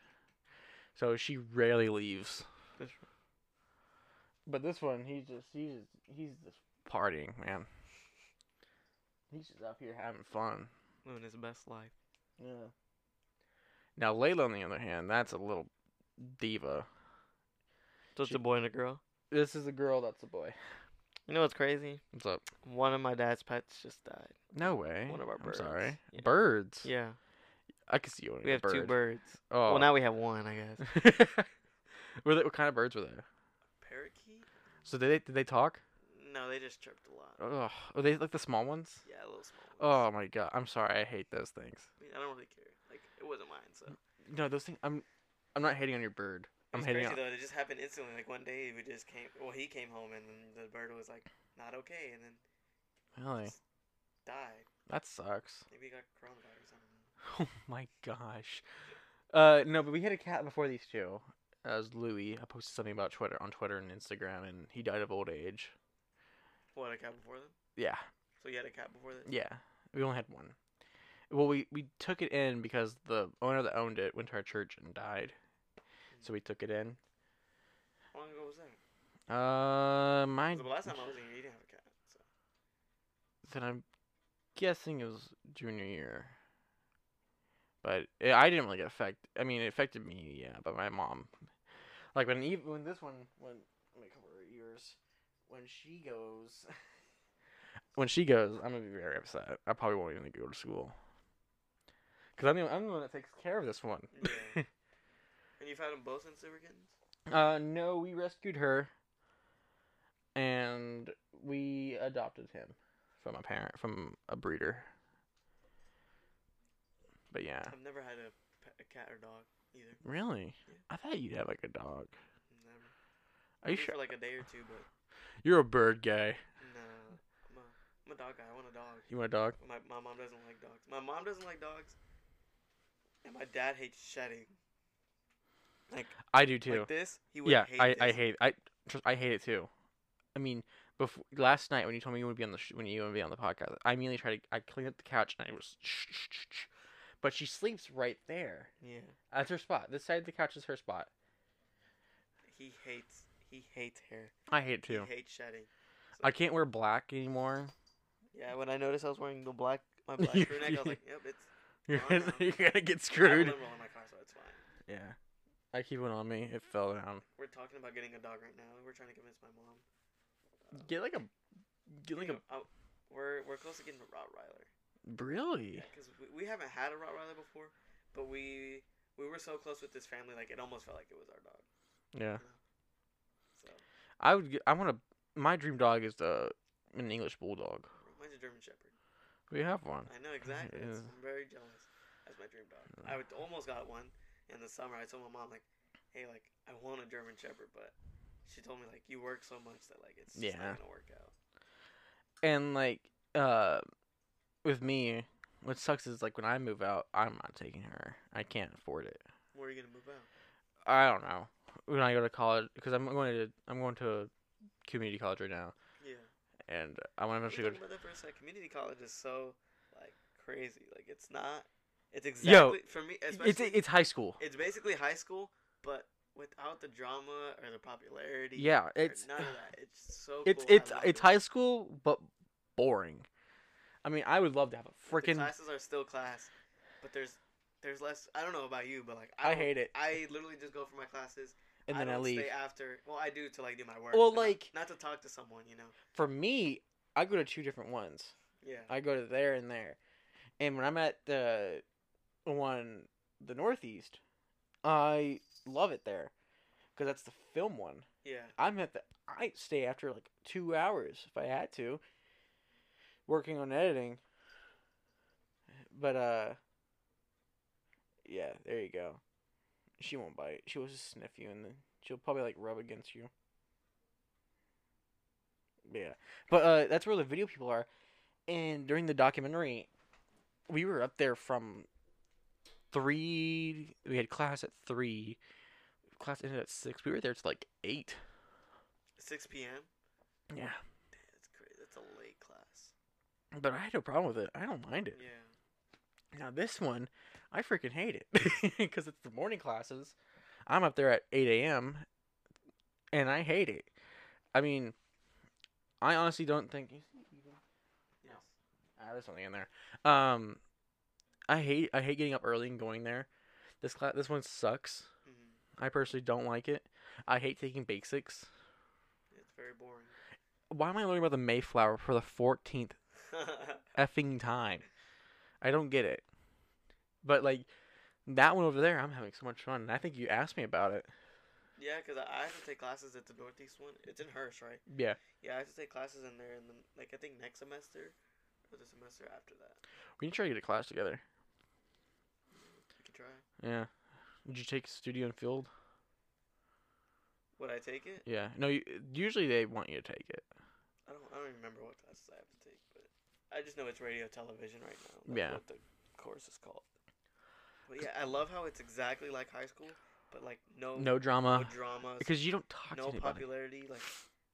Speaker 1: So she rarely leaves.
Speaker 2: This
Speaker 1: But this one, he's just he's just, he's just partying, man. He's just up here having fun.
Speaker 2: Living his best life.
Speaker 1: Yeah. Now Layla, on the other hand, that's a little diva.
Speaker 2: So it's
Speaker 1: She-
Speaker 2: a boy and a girl.
Speaker 1: This is a girl. That's a boy.
Speaker 2: You know what's crazy?
Speaker 1: What's up?
Speaker 2: One of my dad's pets just died.
Speaker 1: No way.
Speaker 2: One of our
Speaker 1: I'm sorry.
Speaker 2: birds. Yeah.
Speaker 1: Birds.
Speaker 2: Yeah.
Speaker 1: I could see you.
Speaker 2: We have two birds.
Speaker 1: Oh.
Speaker 2: Well, now we have one, I guess.
Speaker 1: (laughs) were they, what kind of birds were they?
Speaker 2: Parakeet?
Speaker 1: So did they did they talk?
Speaker 2: No, they just chirped a lot.
Speaker 1: Ugh. Are they like the small ones?
Speaker 2: Yeah, a little small.
Speaker 1: Oh my god, I'm sorry. I hate those things.
Speaker 2: I mean, I don't really care. Like, it wasn't mine, so.
Speaker 1: No, those things. I'm, I'm not hating on your bird. I'm
Speaker 2: It's
Speaker 1: hating
Speaker 2: crazy
Speaker 1: on.
Speaker 2: though. It just happened instantly. Like one day, we just came. Well, he came home, and then the bird was like not okay, and then
Speaker 1: Really,
Speaker 2: just died.
Speaker 1: that sucks. (laughs)
Speaker 2: Maybe he got coronavirus. I don't know.
Speaker 1: Oh my gosh. Uh, no, but we had a cat before these two. Uh, it was Louis. I posted something about Twitter on Twitter and Instagram, and he died of old age.
Speaker 2: What a cat before them.
Speaker 1: Yeah,
Speaker 2: So you had a cat before this.
Speaker 1: yeah. We only had one. Well, we we took it in because the owner that owned it went to our church and died, so we took it in.
Speaker 2: How long ago was that?
Speaker 1: Uh, my
Speaker 2: 'Cause the last time I was in here, you didn't have a cat.
Speaker 1: (laughs)
Speaker 2: So.
Speaker 1: then I'm guessing it was junior year. But it, I didn't really get affected. I mean, it affected me, yeah, but my mom, like when even when this one when let me cover her ears, when she goes, (laughs) when she goes, I'm gonna be very upset. I probably won't even go to school. Cause I'm the, I'm the one that takes care of this one.
Speaker 2: Yeah. and you've had them both since they were kittens.
Speaker 1: Uh, no, we rescued her, and we adopted him from a parent, from a breeder. But yeah,
Speaker 2: I've never had a, pet- a cat or dog either.
Speaker 1: really,
Speaker 2: Yeah.
Speaker 1: I thought you'd have like a dog.
Speaker 2: Never.
Speaker 1: Are you
Speaker 2: Maybe
Speaker 1: sure?
Speaker 2: For like a day or two, but
Speaker 1: You're a bird guy.
Speaker 2: no. I'm a, I'm a dog guy. I want a dog.
Speaker 1: You want a dog?
Speaker 2: My, my mom doesn't like dogs. My mom doesn't like dogs. And my dad hates shedding. Like,
Speaker 1: I do too.
Speaker 2: like this, he would
Speaker 1: yeah,
Speaker 2: hate
Speaker 1: I, I
Speaker 2: this.
Speaker 1: hate I trust I hate it too. I mean, before last night when you told me you would be on the sh- when you would be on the podcast, I immediately tried to I cleaned up the couch and I was, but she sleeps right there.
Speaker 2: Yeah.
Speaker 1: That's her spot. This side of the couch is her spot.
Speaker 2: He hates he hates hair.
Speaker 1: I hate it too.
Speaker 2: He hates shedding.
Speaker 1: I can't wear black anymore. (laughs)
Speaker 2: Yeah, when I noticed I was wearing the black my black crew neck, I was like, Yep, it's
Speaker 1: You're
Speaker 2: Oh,
Speaker 1: gonna, (laughs)
Speaker 2: no.
Speaker 1: you're gonna get
Speaker 2: I have a
Speaker 1: screwed.
Speaker 2: limo in my car, so it's fine.
Speaker 1: Yeah. I keep it on me. It fell down.
Speaker 2: We're talking about getting a dog right now. We're trying to convince my mom.
Speaker 1: Get like a, get like a
Speaker 2: I, we're we're close to getting a Rottweiler.
Speaker 1: really.
Speaker 2: because we, we haven't had a Rottweiler before, but we we were so close with this family, like it almost felt like it was our dog.
Speaker 1: Yeah.
Speaker 2: So
Speaker 1: I would. Get, I want to. My dream dog is the an English bulldog.
Speaker 2: mine's a German Shepherd.
Speaker 1: We have one.
Speaker 2: I know exactly. It's,
Speaker 1: Yeah.
Speaker 2: I'm very jealous. That's my dream dog. I would, almost got one in the summer. I told my mom like, hey, like I want a German Shepherd, but she told me like you work so much that like it's just
Speaker 1: Yeah.
Speaker 2: not gonna work out.
Speaker 1: And like, uh, with me, what sucks is like when I move out, I'm not taking her. I can't afford it.
Speaker 2: Where are you gonna move out?
Speaker 1: I don't know. When I go to college, because I'm going to I'm going to a community college right now,
Speaker 2: Yeah.
Speaker 1: and I want to
Speaker 2: We
Speaker 1: eventually go.
Speaker 2: talked
Speaker 1: To,
Speaker 2: about that for a sec. Community college is so like crazy. Like it's not. It's
Speaker 1: Yo,
Speaker 2: exactly for me.
Speaker 1: it's
Speaker 2: Especially,
Speaker 1: it's high school.
Speaker 2: It's basically high school, but without the drama or the popularity.
Speaker 1: Yeah,
Speaker 2: or
Speaker 1: it's
Speaker 2: none of that. It's so.
Speaker 1: (sighs) it's
Speaker 2: cool. I
Speaker 1: it's
Speaker 2: love
Speaker 1: it's
Speaker 2: it.
Speaker 1: high school but boring. I mean, I would love to have a
Speaker 2: The
Speaker 1: freaking.
Speaker 2: classes are still class, but there's there's less. I don't know about you, but like
Speaker 1: I
Speaker 2: don't-
Speaker 1: hate it,
Speaker 2: I literally just go for my classes
Speaker 1: and then I,
Speaker 2: don't
Speaker 1: leave.
Speaker 2: Stay after. Well, I do to like do my work.
Speaker 1: Well,
Speaker 2: but not-
Speaker 1: like-
Speaker 2: not, to talk to someone, you know.
Speaker 1: For me, I go to two different ones.
Speaker 2: Yeah.
Speaker 1: I go to there and there, and when I'm at the one the Northeast, I love it there, because that's the film one.
Speaker 2: yeah.
Speaker 1: I'm at the I stay after like two hours if I had to. Working on editing. But uh Yeah, there you go. She won't bite. She will just sniff you and then she'll probably like rub against you. Yeah. But uh that's where the video people are. And during the documentary we were up there from three we had class at three. Class ended at six. We were there till like eight.
Speaker 2: Six p.m.
Speaker 1: Yeah.
Speaker 2: Damn, that's crazy. That's a late class.
Speaker 1: But I had no problem with it. I don't mind it.
Speaker 2: Yeah.
Speaker 1: Now this one, I freaking hate it (laughs) because it's the morning classes. I'm up there at 8 a.m. and I hate it. I mean, I honestly don't think.
Speaker 2: Yes.
Speaker 1: Ah, there's something in there. Um, I hate I hate getting up early and going there. This class this one sucks.
Speaker 2: hmm
Speaker 1: I personally don't like it. I hate taking basics.
Speaker 2: It's very boring. (laughs)
Speaker 1: Why am I learning about the Mayflower for the 14th effing time. I don't get it. But like that one over there, I'm having so much fun. And I think you asked me about it.
Speaker 2: yeah, because I I have to take classes at the Northeast one. It's in Hirsch, right?
Speaker 1: Yeah.
Speaker 2: Yeah, I have to take classes in there, and then like I think next semester or the semester after that,
Speaker 1: We can try to get a class together.
Speaker 2: we can try.
Speaker 1: Yeah. Did you take studio and field?
Speaker 2: Would I take it?
Speaker 1: Yeah. No, you, usually they want you to take it.
Speaker 2: I don't. I don't even remember what classes I have to take, but I just know it's radio television right now. That's
Speaker 1: Yeah.
Speaker 2: What the course is called. But yeah, I love how it's exactly like high school, but like no
Speaker 1: No
Speaker 2: no
Speaker 1: drama
Speaker 2: dramas,
Speaker 1: because you don't talk
Speaker 2: no
Speaker 1: to anybody.
Speaker 2: popularity. Like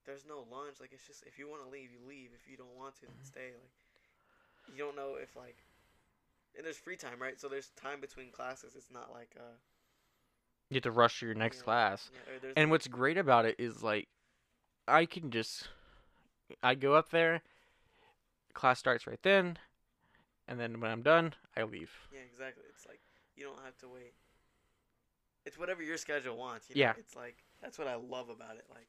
Speaker 2: there's no lunch. Like it's just if you want to leave, you leave. If you don't want to,
Speaker 1: Mm-hmm.
Speaker 2: then stay. Like you don't know if like and there's free time, right? So there's time between classes. It's not like uh
Speaker 1: You have to rush to your next
Speaker 2: Yeah.
Speaker 1: class.
Speaker 2: yeah, or there's
Speaker 1: And what's great about it is like, I can just, I go up there, class starts right then, and then when I'm done, I leave.
Speaker 2: yeah, exactly. It's like you don't have to wait. It's whatever your schedule wants. You know?
Speaker 1: Yeah.
Speaker 2: It's like that's what I love about it. Like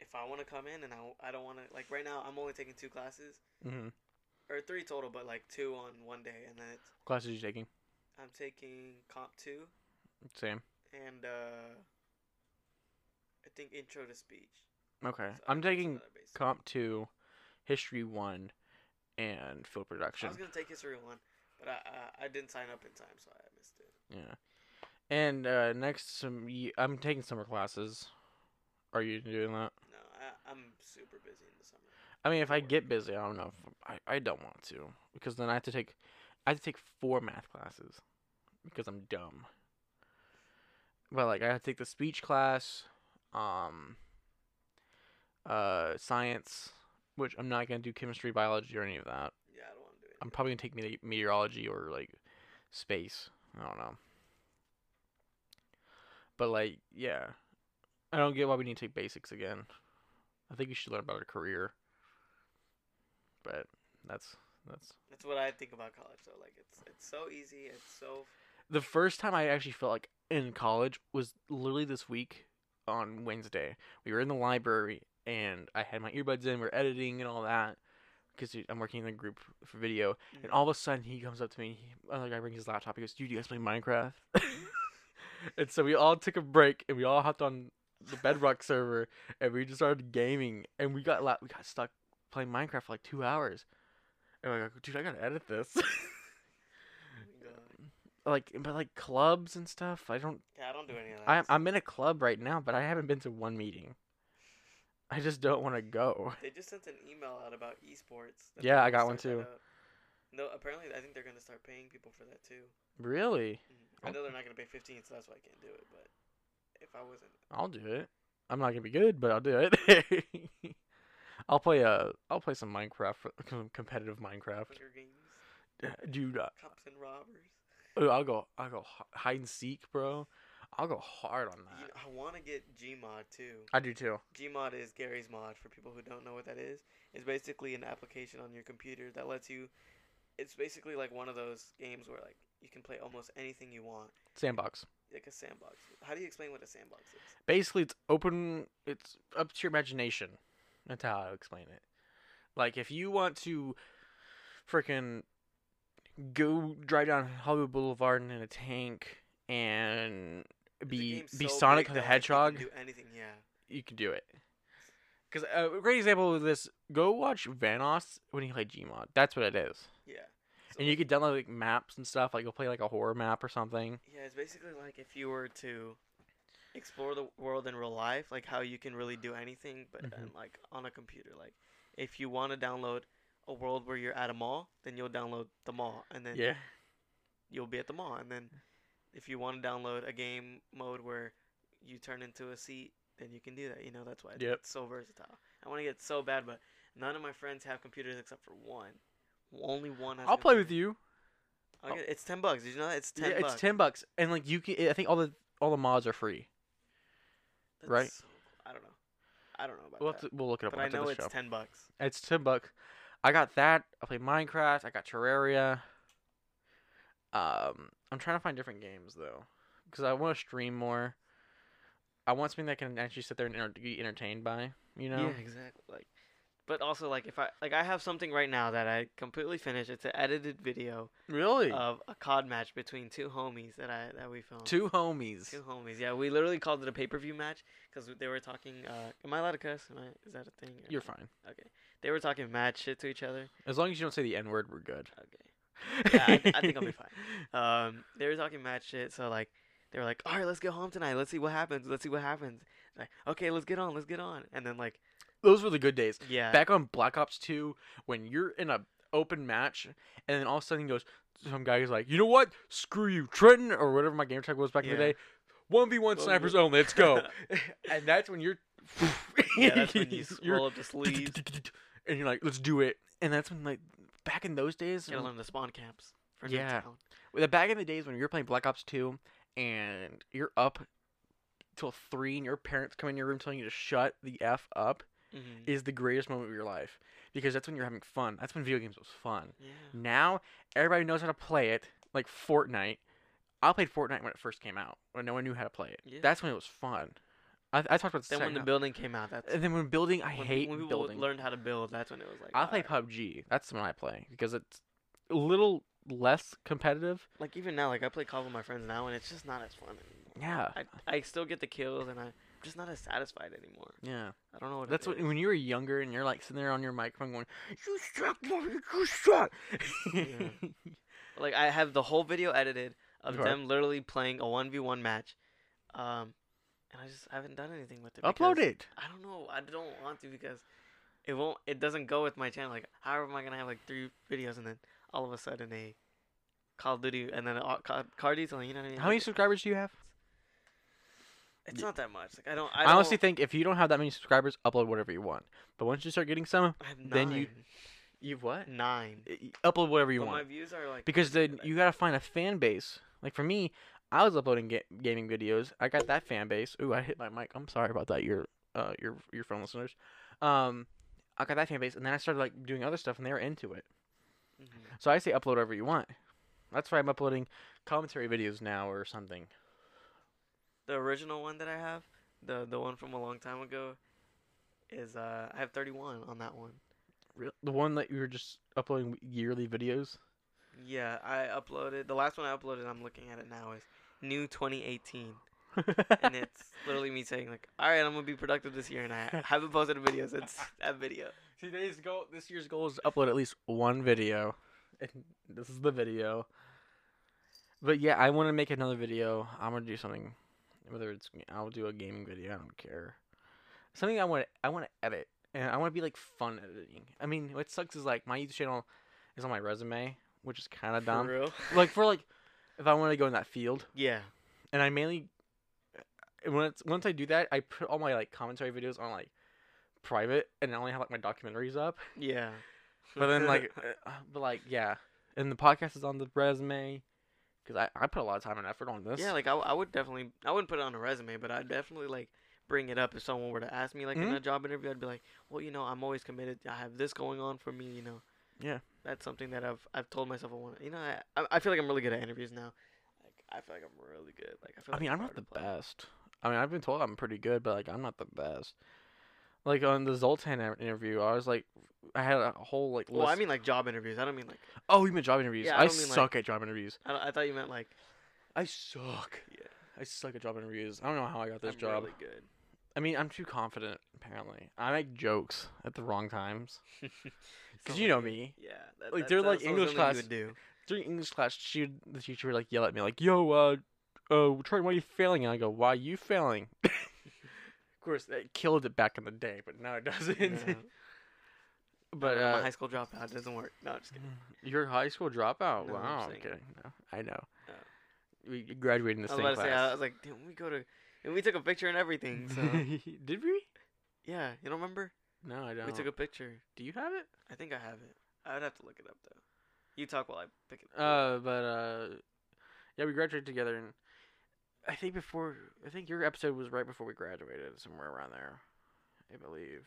Speaker 2: if I want to come in and I w- I don't want to like right now I'm only taking two classes
Speaker 1: Mm-hmm.
Speaker 2: or three total, but like two on one day, and then it's
Speaker 1: Classes you taking?
Speaker 2: I'm taking comp two
Speaker 1: Same.
Speaker 2: and uh I think intro to speech.
Speaker 1: Okay.
Speaker 2: So I
Speaker 1: I'm
Speaker 2: think that's
Speaker 1: taking
Speaker 2: another basic.
Speaker 1: comp two, history one, and film
Speaker 2: I
Speaker 1: production.
Speaker 2: was gonna take history one, but I, I I didn't sign up in time, so I missed it.
Speaker 1: Yeah. And uh, next, some ye- I'm taking summer classes. Are you doing that?
Speaker 2: No, I, I'm super busy in the summer.
Speaker 1: I mean, if I
Speaker 2: Work.
Speaker 1: get busy, I don't know. If, I I don't want to because then I have to take, I have to take four math classes because I'm dumb. But like, I have to take the speech class, um, uh, science, which I'm not gonna do chemistry, biology, or any of that.
Speaker 2: Yeah, I don't want to do it.
Speaker 1: I'm probably gonna take mete- meteorology or like space. I don't know. But like, yeah, I don't get why we need to take basics again. I think you should learn about a career. But that's that's
Speaker 2: That's what I think about college, though. Like it's it's so easy. It's so
Speaker 1: the first time I actually felt like in college was literally this week on Wednesday. We were in the library and I had my earbuds in. We're editing and all that because I'm working in the group for video. And all of a sudden, he comes up to me. He, uh, like I bring his laptop. He goes, "Dude, you guys play Minecraft?" (laughs) and so we all took a break and we all hopped on the
Speaker 2: (laughs)
Speaker 1: Bedrock server and we just started gaming. And we got la- we got stuck playing Minecraft for like two hours. And we're like, "Dude, I gotta edit this." (laughs)
Speaker 2: Oh my God.
Speaker 1: like, but like clubs and stuff. I don't.
Speaker 2: Yeah, I don't do any of that.
Speaker 1: I'm I'm in a club right now, but I haven't been to one meeting. I just don't want to go.
Speaker 2: They just sent an email out about esports. that
Speaker 1: Yeah,
Speaker 2: they're
Speaker 1: I
Speaker 2: gonna
Speaker 1: got one
Speaker 2: start that
Speaker 1: too.
Speaker 2: up. No, apparently I think they're gonna start paying people for that too.
Speaker 1: Really,
Speaker 2: Mhm. I
Speaker 1: Oh.
Speaker 2: know they're not gonna pay fifteen, so that's why I can't do it. But if I wasn't,
Speaker 1: I'll do it. I'm not gonna be good, but I'll do it. (laughs) I'll play uh I'll play some Minecraft, com- competitive Minecraft,
Speaker 2: Hunger Games,
Speaker 1: dude. uh,
Speaker 2: cops and robbers.
Speaker 1: oh, I'll go I'll go h- hide and seek, bro. I'll go hard on
Speaker 2: You
Speaker 1: that.
Speaker 2: know, I want to get Gmod too.
Speaker 1: I do too.
Speaker 2: Gmod is Gary's mod for people who don't know what that is. It's basically an application on your computer that lets you. It's basically like one of those games where like you can play almost anything you want,
Speaker 1: Sandbox.
Speaker 2: like a sandbox. How do you explain what a sandbox is?
Speaker 1: Basically, it's open. It's up to your imagination. That's how I explain it. Like if you want to, freaking, go drive down Hollywood Boulevard in a tank and be
Speaker 2: game's
Speaker 1: be
Speaker 2: so
Speaker 1: Sonic
Speaker 2: big
Speaker 1: the
Speaker 2: that, like, you can
Speaker 1: Hedgehog.
Speaker 2: Do anything, yeah.
Speaker 1: you can do it. Because uh, a great example of this, go watch Vanoss when he played Gmod. That's what it is.
Speaker 2: Yeah. So,
Speaker 1: And you could download like maps and stuff. Like you'll play like a horror map or something.
Speaker 2: Yeah, it's basically like if you were to explore the world in real life, like how you can really do anything, but
Speaker 1: Mhm.
Speaker 2: and, like on a computer. Like if you want to download a world where you're at a mall, then you'll download the mall, and then
Speaker 1: Yeah.
Speaker 2: you'll be at the mall. And then if you want to download a game mode where you turn into a seat, then you can do that. You know, that's why
Speaker 1: Yep.
Speaker 2: it's so versatile. I want to get it so bad, but none of my friends have computers except for one. Only one has a
Speaker 1: I'll play with
Speaker 2: computer.
Speaker 1: you.
Speaker 2: I'll get- it's 10 bucks. Did you know that? It's 10
Speaker 1: yeah,
Speaker 2: bucks.
Speaker 1: it's ten bucks, and like you can. I think all the all the mods are free.
Speaker 2: That's
Speaker 1: right?
Speaker 2: so cool. I don't know. I don't know about
Speaker 1: We'll,
Speaker 2: that.
Speaker 1: have to, we'll look it up
Speaker 2: but I
Speaker 1: after
Speaker 2: know
Speaker 1: the
Speaker 2: it's
Speaker 1: show.
Speaker 2: 10 bucks.
Speaker 1: It's ten bucks. I got that. I play Minecraft. I got Terraria. Um, I'm trying to find different games though, because I want to stream more. I want something that can actually sit there and enter- be entertained by. You know.
Speaker 2: Yeah, exactly. Like but also like if I like I have something right now that I completely finished. It's an edited video
Speaker 1: Really.
Speaker 2: of a COD match between two homies that I that we filmed.
Speaker 1: Two homies.
Speaker 2: Oh. Two homies. Yeah, we literally called it a pay per view match because they were talking. Uh, am I allowed to cuss? Am I, is that a thing? or
Speaker 1: You're
Speaker 2: not?
Speaker 1: fine.
Speaker 2: Okay. They were talking mad shit to each other.
Speaker 1: As long as you don't say the N word, we're good.
Speaker 2: Okay. Yeah, I- I think I'll
Speaker 1: (laughs)
Speaker 2: be fine. Um, they were talking mad shit. So like, they were like, "All right, let's go home tonight. Let's see what happens. Let's see what happens." Like, okay, let's get on. Let's get on. And then like,
Speaker 1: Those were the good days.
Speaker 2: yeah,
Speaker 1: Back on Black Ops 2, when you're in a open match, and then all of a sudden goes, some guy is like, you know what? Screw you, Trenton, or whatever my game tag was back in
Speaker 2: Yeah.
Speaker 1: the day. 1v1
Speaker 2: Well,
Speaker 1: snipers
Speaker 2: we- (laughs)
Speaker 1: only, let's go. and that's when you're
Speaker 2: yeah, that's when you
Speaker 1: (laughs) You're-
Speaker 2: roll up the sleeves.
Speaker 1: and you're like, let's do it. And that's when like back in those days,
Speaker 2: Gotta
Speaker 1: when-
Speaker 2: learn the spawn camps. For
Speaker 1: Yeah.
Speaker 2: yeah.
Speaker 1: the back in the days when you're playing Black Ops Two, and you're up till three, and your parents come in your room telling you to shut the f up,
Speaker 2: Mm-hmm.
Speaker 1: is the greatest moment of your life because that's when you're having fun. That's when video games was fun.
Speaker 2: Yeah.
Speaker 1: Now everybody knows how to play it, like Fortnite. I played Fortnite when it first came out, when no one knew how to play it.
Speaker 2: Yeah.
Speaker 1: That's when it was fun. I, I talked about this.
Speaker 2: Then when the building came out, that's
Speaker 1: and then when building, I
Speaker 2: when, pe-
Speaker 1: hate
Speaker 2: when people
Speaker 1: building.
Speaker 2: learned how to build. That's when it was like
Speaker 1: I play
Speaker 2: alright.
Speaker 1: PUBG. That's the one I play because it's a little less competitive.
Speaker 2: like even now, like I play Call of my friends now, and it's just not as fun anymore.
Speaker 1: Yeah.
Speaker 2: I I still get the kills, and I'm just not as satisfied anymore.
Speaker 1: Yeah.
Speaker 2: I don't know what
Speaker 1: That's
Speaker 2: it
Speaker 1: what,
Speaker 2: is.
Speaker 1: when you were younger and you're like sitting there on your microphone going, "You suck, mother, you suck."
Speaker 2: Yeah. like I have the whole video edited of
Speaker 1: Right.
Speaker 2: them literally playing a one v one match, um, and I just haven't done anything with
Speaker 1: (laughs)
Speaker 2: it.
Speaker 1: Upload
Speaker 2: because-
Speaker 1: it.
Speaker 2: I don't know. I don't want to because it won't. It doesn't go with my channel. Like, how am I gonna have like three videos and then all of a sudden a Call of Duty and then a Ca- car detailing? You know what I mean?
Speaker 1: How many
Speaker 2: Like,
Speaker 1: subscribers do you have?
Speaker 2: It's not that much. Like I don't. I,
Speaker 1: I, honestly
Speaker 2: don't,
Speaker 1: think if you don't have that many subscribers, upload whatever you want. But once you start getting some,
Speaker 2: I have nine.
Speaker 1: then you- you've what?
Speaker 2: nine.
Speaker 1: Upload whatever you
Speaker 2: But my
Speaker 1: want.
Speaker 2: views are like
Speaker 1: Because
Speaker 2: pretty
Speaker 1: then
Speaker 2: good, I
Speaker 1: you gotta find a fan base. Like for me, I was uploading ga- gaming videos. I got that fan base. Ooh, I hit my mic. I'm sorry about that. Your uh your your phone listeners. Um, I got that fan base, and then I started like doing other stuff, and they were into it.
Speaker 2: think. Mhm.
Speaker 1: So I say upload whatever you want. That's why I'm uploading commentary videos now or something.
Speaker 2: The original one that I have, the the one from a long time ago, is uh I have thirty one on that one.
Speaker 1: Real- The one that you were just uploading yearly videos.
Speaker 2: Yeah, I uploaded the last one I uploaded. I'm looking at it now is new 2018.
Speaker 1: (laughs)
Speaker 2: and it's literally me saying like, "All right, I'm gonna be productive this year," and I haven't posted a video since that video.
Speaker 1: Today's goal, this year's goal is to upload at least one video, and this is the video. But yeah, I want to make another video. I'm gonna do something, whether it's I'll do a gaming video. I don't care. Something I want, I want to edit, and I want to be like fun editing. I mean, what sucks is like my YouTube channel is on my resume, which is kind of dumb.
Speaker 2: For real?
Speaker 1: Like for like, if I want to go in that field,
Speaker 2: yeah,
Speaker 1: and I mainly and once once I do that, I put all my like commentary videos on like private, and I only have like my documentaries up.
Speaker 2: yeah.
Speaker 1: But then
Speaker 2: (laughs)
Speaker 1: like, uh, but like yeah, and the podcast is on the resume because I I put a lot of time and effort on this.
Speaker 2: yeah, like I, w- I would definitely, I wouldn't put it on a resume, but I'd definitely like bring it up if someone were to ask me like in
Speaker 1: Mhm.
Speaker 2: a job interview. I'd be like, "Well, you know, I'm always committed. I have this going on for me, you know."
Speaker 1: Yeah.
Speaker 2: That's something that I've I've told myself I want. You know, I I- I feel like I'm really good at interviews now. Like I feel like I'm really good. Like I feel.
Speaker 1: I
Speaker 2: like
Speaker 1: mean
Speaker 2: it's
Speaker 1: I'm not
Speaker 2: hard to
Speaker 1: the
Speaker 2: play.
Speaker 1: best. I mean I've been told I'm pretty good, but like I'm not the best. Like on the Zoltan in- interview, I was like, I had a whole like list.
Speaker 2: Well, I mean like job interviews. I don't mean like
Speaker 1: oh, you mean job interviews?
Speaker 2: Yeah, I
Speaker 1: I,
Speaker 2: don't mean, like-
Speaker 1: suck at job interviews.
Speaker 2: I, don't- I thought you meant like
Speaker 1: I suck.
Speaker 2: Yeah.
Speaker 1: I suck at job interviews. I don't know how I got (laughs) this
Speaker 2: I'm
Speaker 1: job.
Speaker 2: really
Speaker 1: (laughs)
Speaker 2: good.
Speaker 1: I mean, I'm too confident, apparently. I make jokes at the wrong
Speaker 2: (laughs)
Speaker 1: times. Because you know me.
Speaker 2: Yeah, that,
Speaker 1: Like,
Speaker 2: that
Speaker 1: they're,
Speaker 2: sounds-
Speaker 1: like,
Speaker 2: sounds
Speaker 1: English
Speaker 2: something you
Speaker 1: class-
Speaker 2: would do.
Speaker 1: During English class, she would, the teacher would, like, yell at me, like, yo, uh, uh, Troy, why are you failing? And I go, why are you failing? (laughs) of course, that killed it back in the day, but now it (laughs) doesn't.
Speaker 2: Yeah.
Speaker 1: but,
Speaker 2: I'm a
Speaker 1: uh,
Speaker 2: high school dropout it doesn't work. No, I'm just kidding.
Speaker 1: you're a high school dropout?
Speaker 2: No, I'm
Speaker 1: wow.
Speaker 2: saying-
Speaker 1: okay. No, I know.
Speaker 2: Oh.
Speaker 1: We graduated in the
Speaker 2: I was
Speaker 1: same
Speaker 2: about to say, I
Speaker 1: class.
Speaker 2: was like, damn, we go to, (laughs) and we took a picture and everything. So
Speaker 1: (laughs) Did we?
Speaker 2: yeah, you don't remember?
Speaker 1: No, I don't.
Speaker 2: We took a picture.
Speaker 1: Do you have it?
Speaker 2: I think I have it. I would have to look it up though. You talk while I pick it. up.
Speaker 1: Uh, but uh, yeah, we graduated together, and I think before I think your episode was right before we graduated, somewhere around there, I believe.